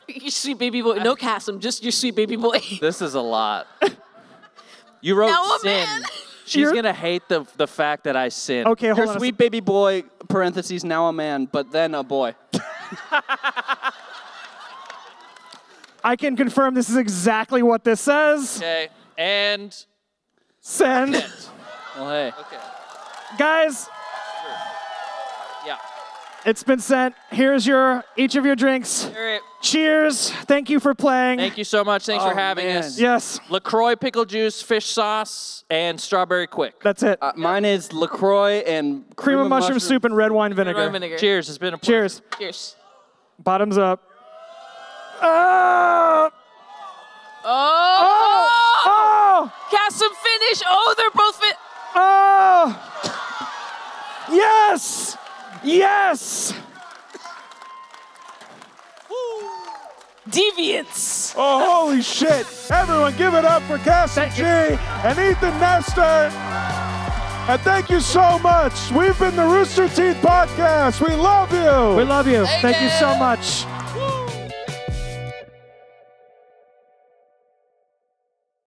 [SPEAKER 3] your sweet baby boy. No Cassim, just your sweet baby boy.
[SPEAKER 5] This is a lot. You wrote
[SPEAKER 3] Now a
[SPEAKER 5] sin.
[SPEAKER 3] man.
[SPEAKER 5] She's
[SPEAKER 2] You're-
[SPEAKER 5] gonna hate the the fact that I sin.
[SPEAKER 2] Okay, hold
[SPEAKER 6] Your
[SPEAKER 2] on. a
[SPEAKER 6] sweet baby boy (parentheses now a man, but then a boy).
[SPEAKER 2] sec. I can confirm this is exactly what this says.
[SPEAKER 5] Okay. And
[SPEAKER 2] Send,
[SPEAKER 6] Well, hey,
[SPEAKER 5] okay.
[SPEAKER 2] guys.
[SPEAKER 5] Yeah.
[SPEAKER 2] It's been sent. Here's your each of your drinks.
[SPEAKER 3] All right.
[SPEAKER 2] Cheers. Thank you for playing.
[SPEAKER 5] Thank you so much. Thanks for
[SPEAKER 6] Oh,
[SPEAKER 5] having
[SPEAKER 6] man.
[SPEAKER 5] us.
[SPEAKER 2] Yes,
[SPEAKER 5] LaCroix pickle juice, fish sauce, and strawberry quick.
[SPEAKER 2] that's it.
[SPEAKER 6] uh, mine is Lacroix and
[SPEAKER 2] Cream of mushroom,
[SPEAKER 6] mushroom
[SPEAKER 2] soup and red wine vinegar.
[SPEAKER 3] Red wine vinegar.
[SPEAKER 5] Cheers. It's been a pleasure.
[SPEAKER 2] Cheers.
[SPEAKER 3] Cheers.
[SPEAKER 2] Bottoms up. Ah!
[SPEAKER 3] Oh!
[SPEAKER 2] Oh!
[SPEAKER 3] Cassim finish. Oh, they're both fit.
[SPEAKER 2] Oh! Yes! Yes!
[SPEAKER 3] Deviants.
[SPEAKER 1] Oh, holy shit. Everyone give it up for Cassie G and Ethan Nestor. And thank you so much. We've been the Rooster Teeth Podcast. We love you.
[SPEAKER 2] We love you. Thank you so much.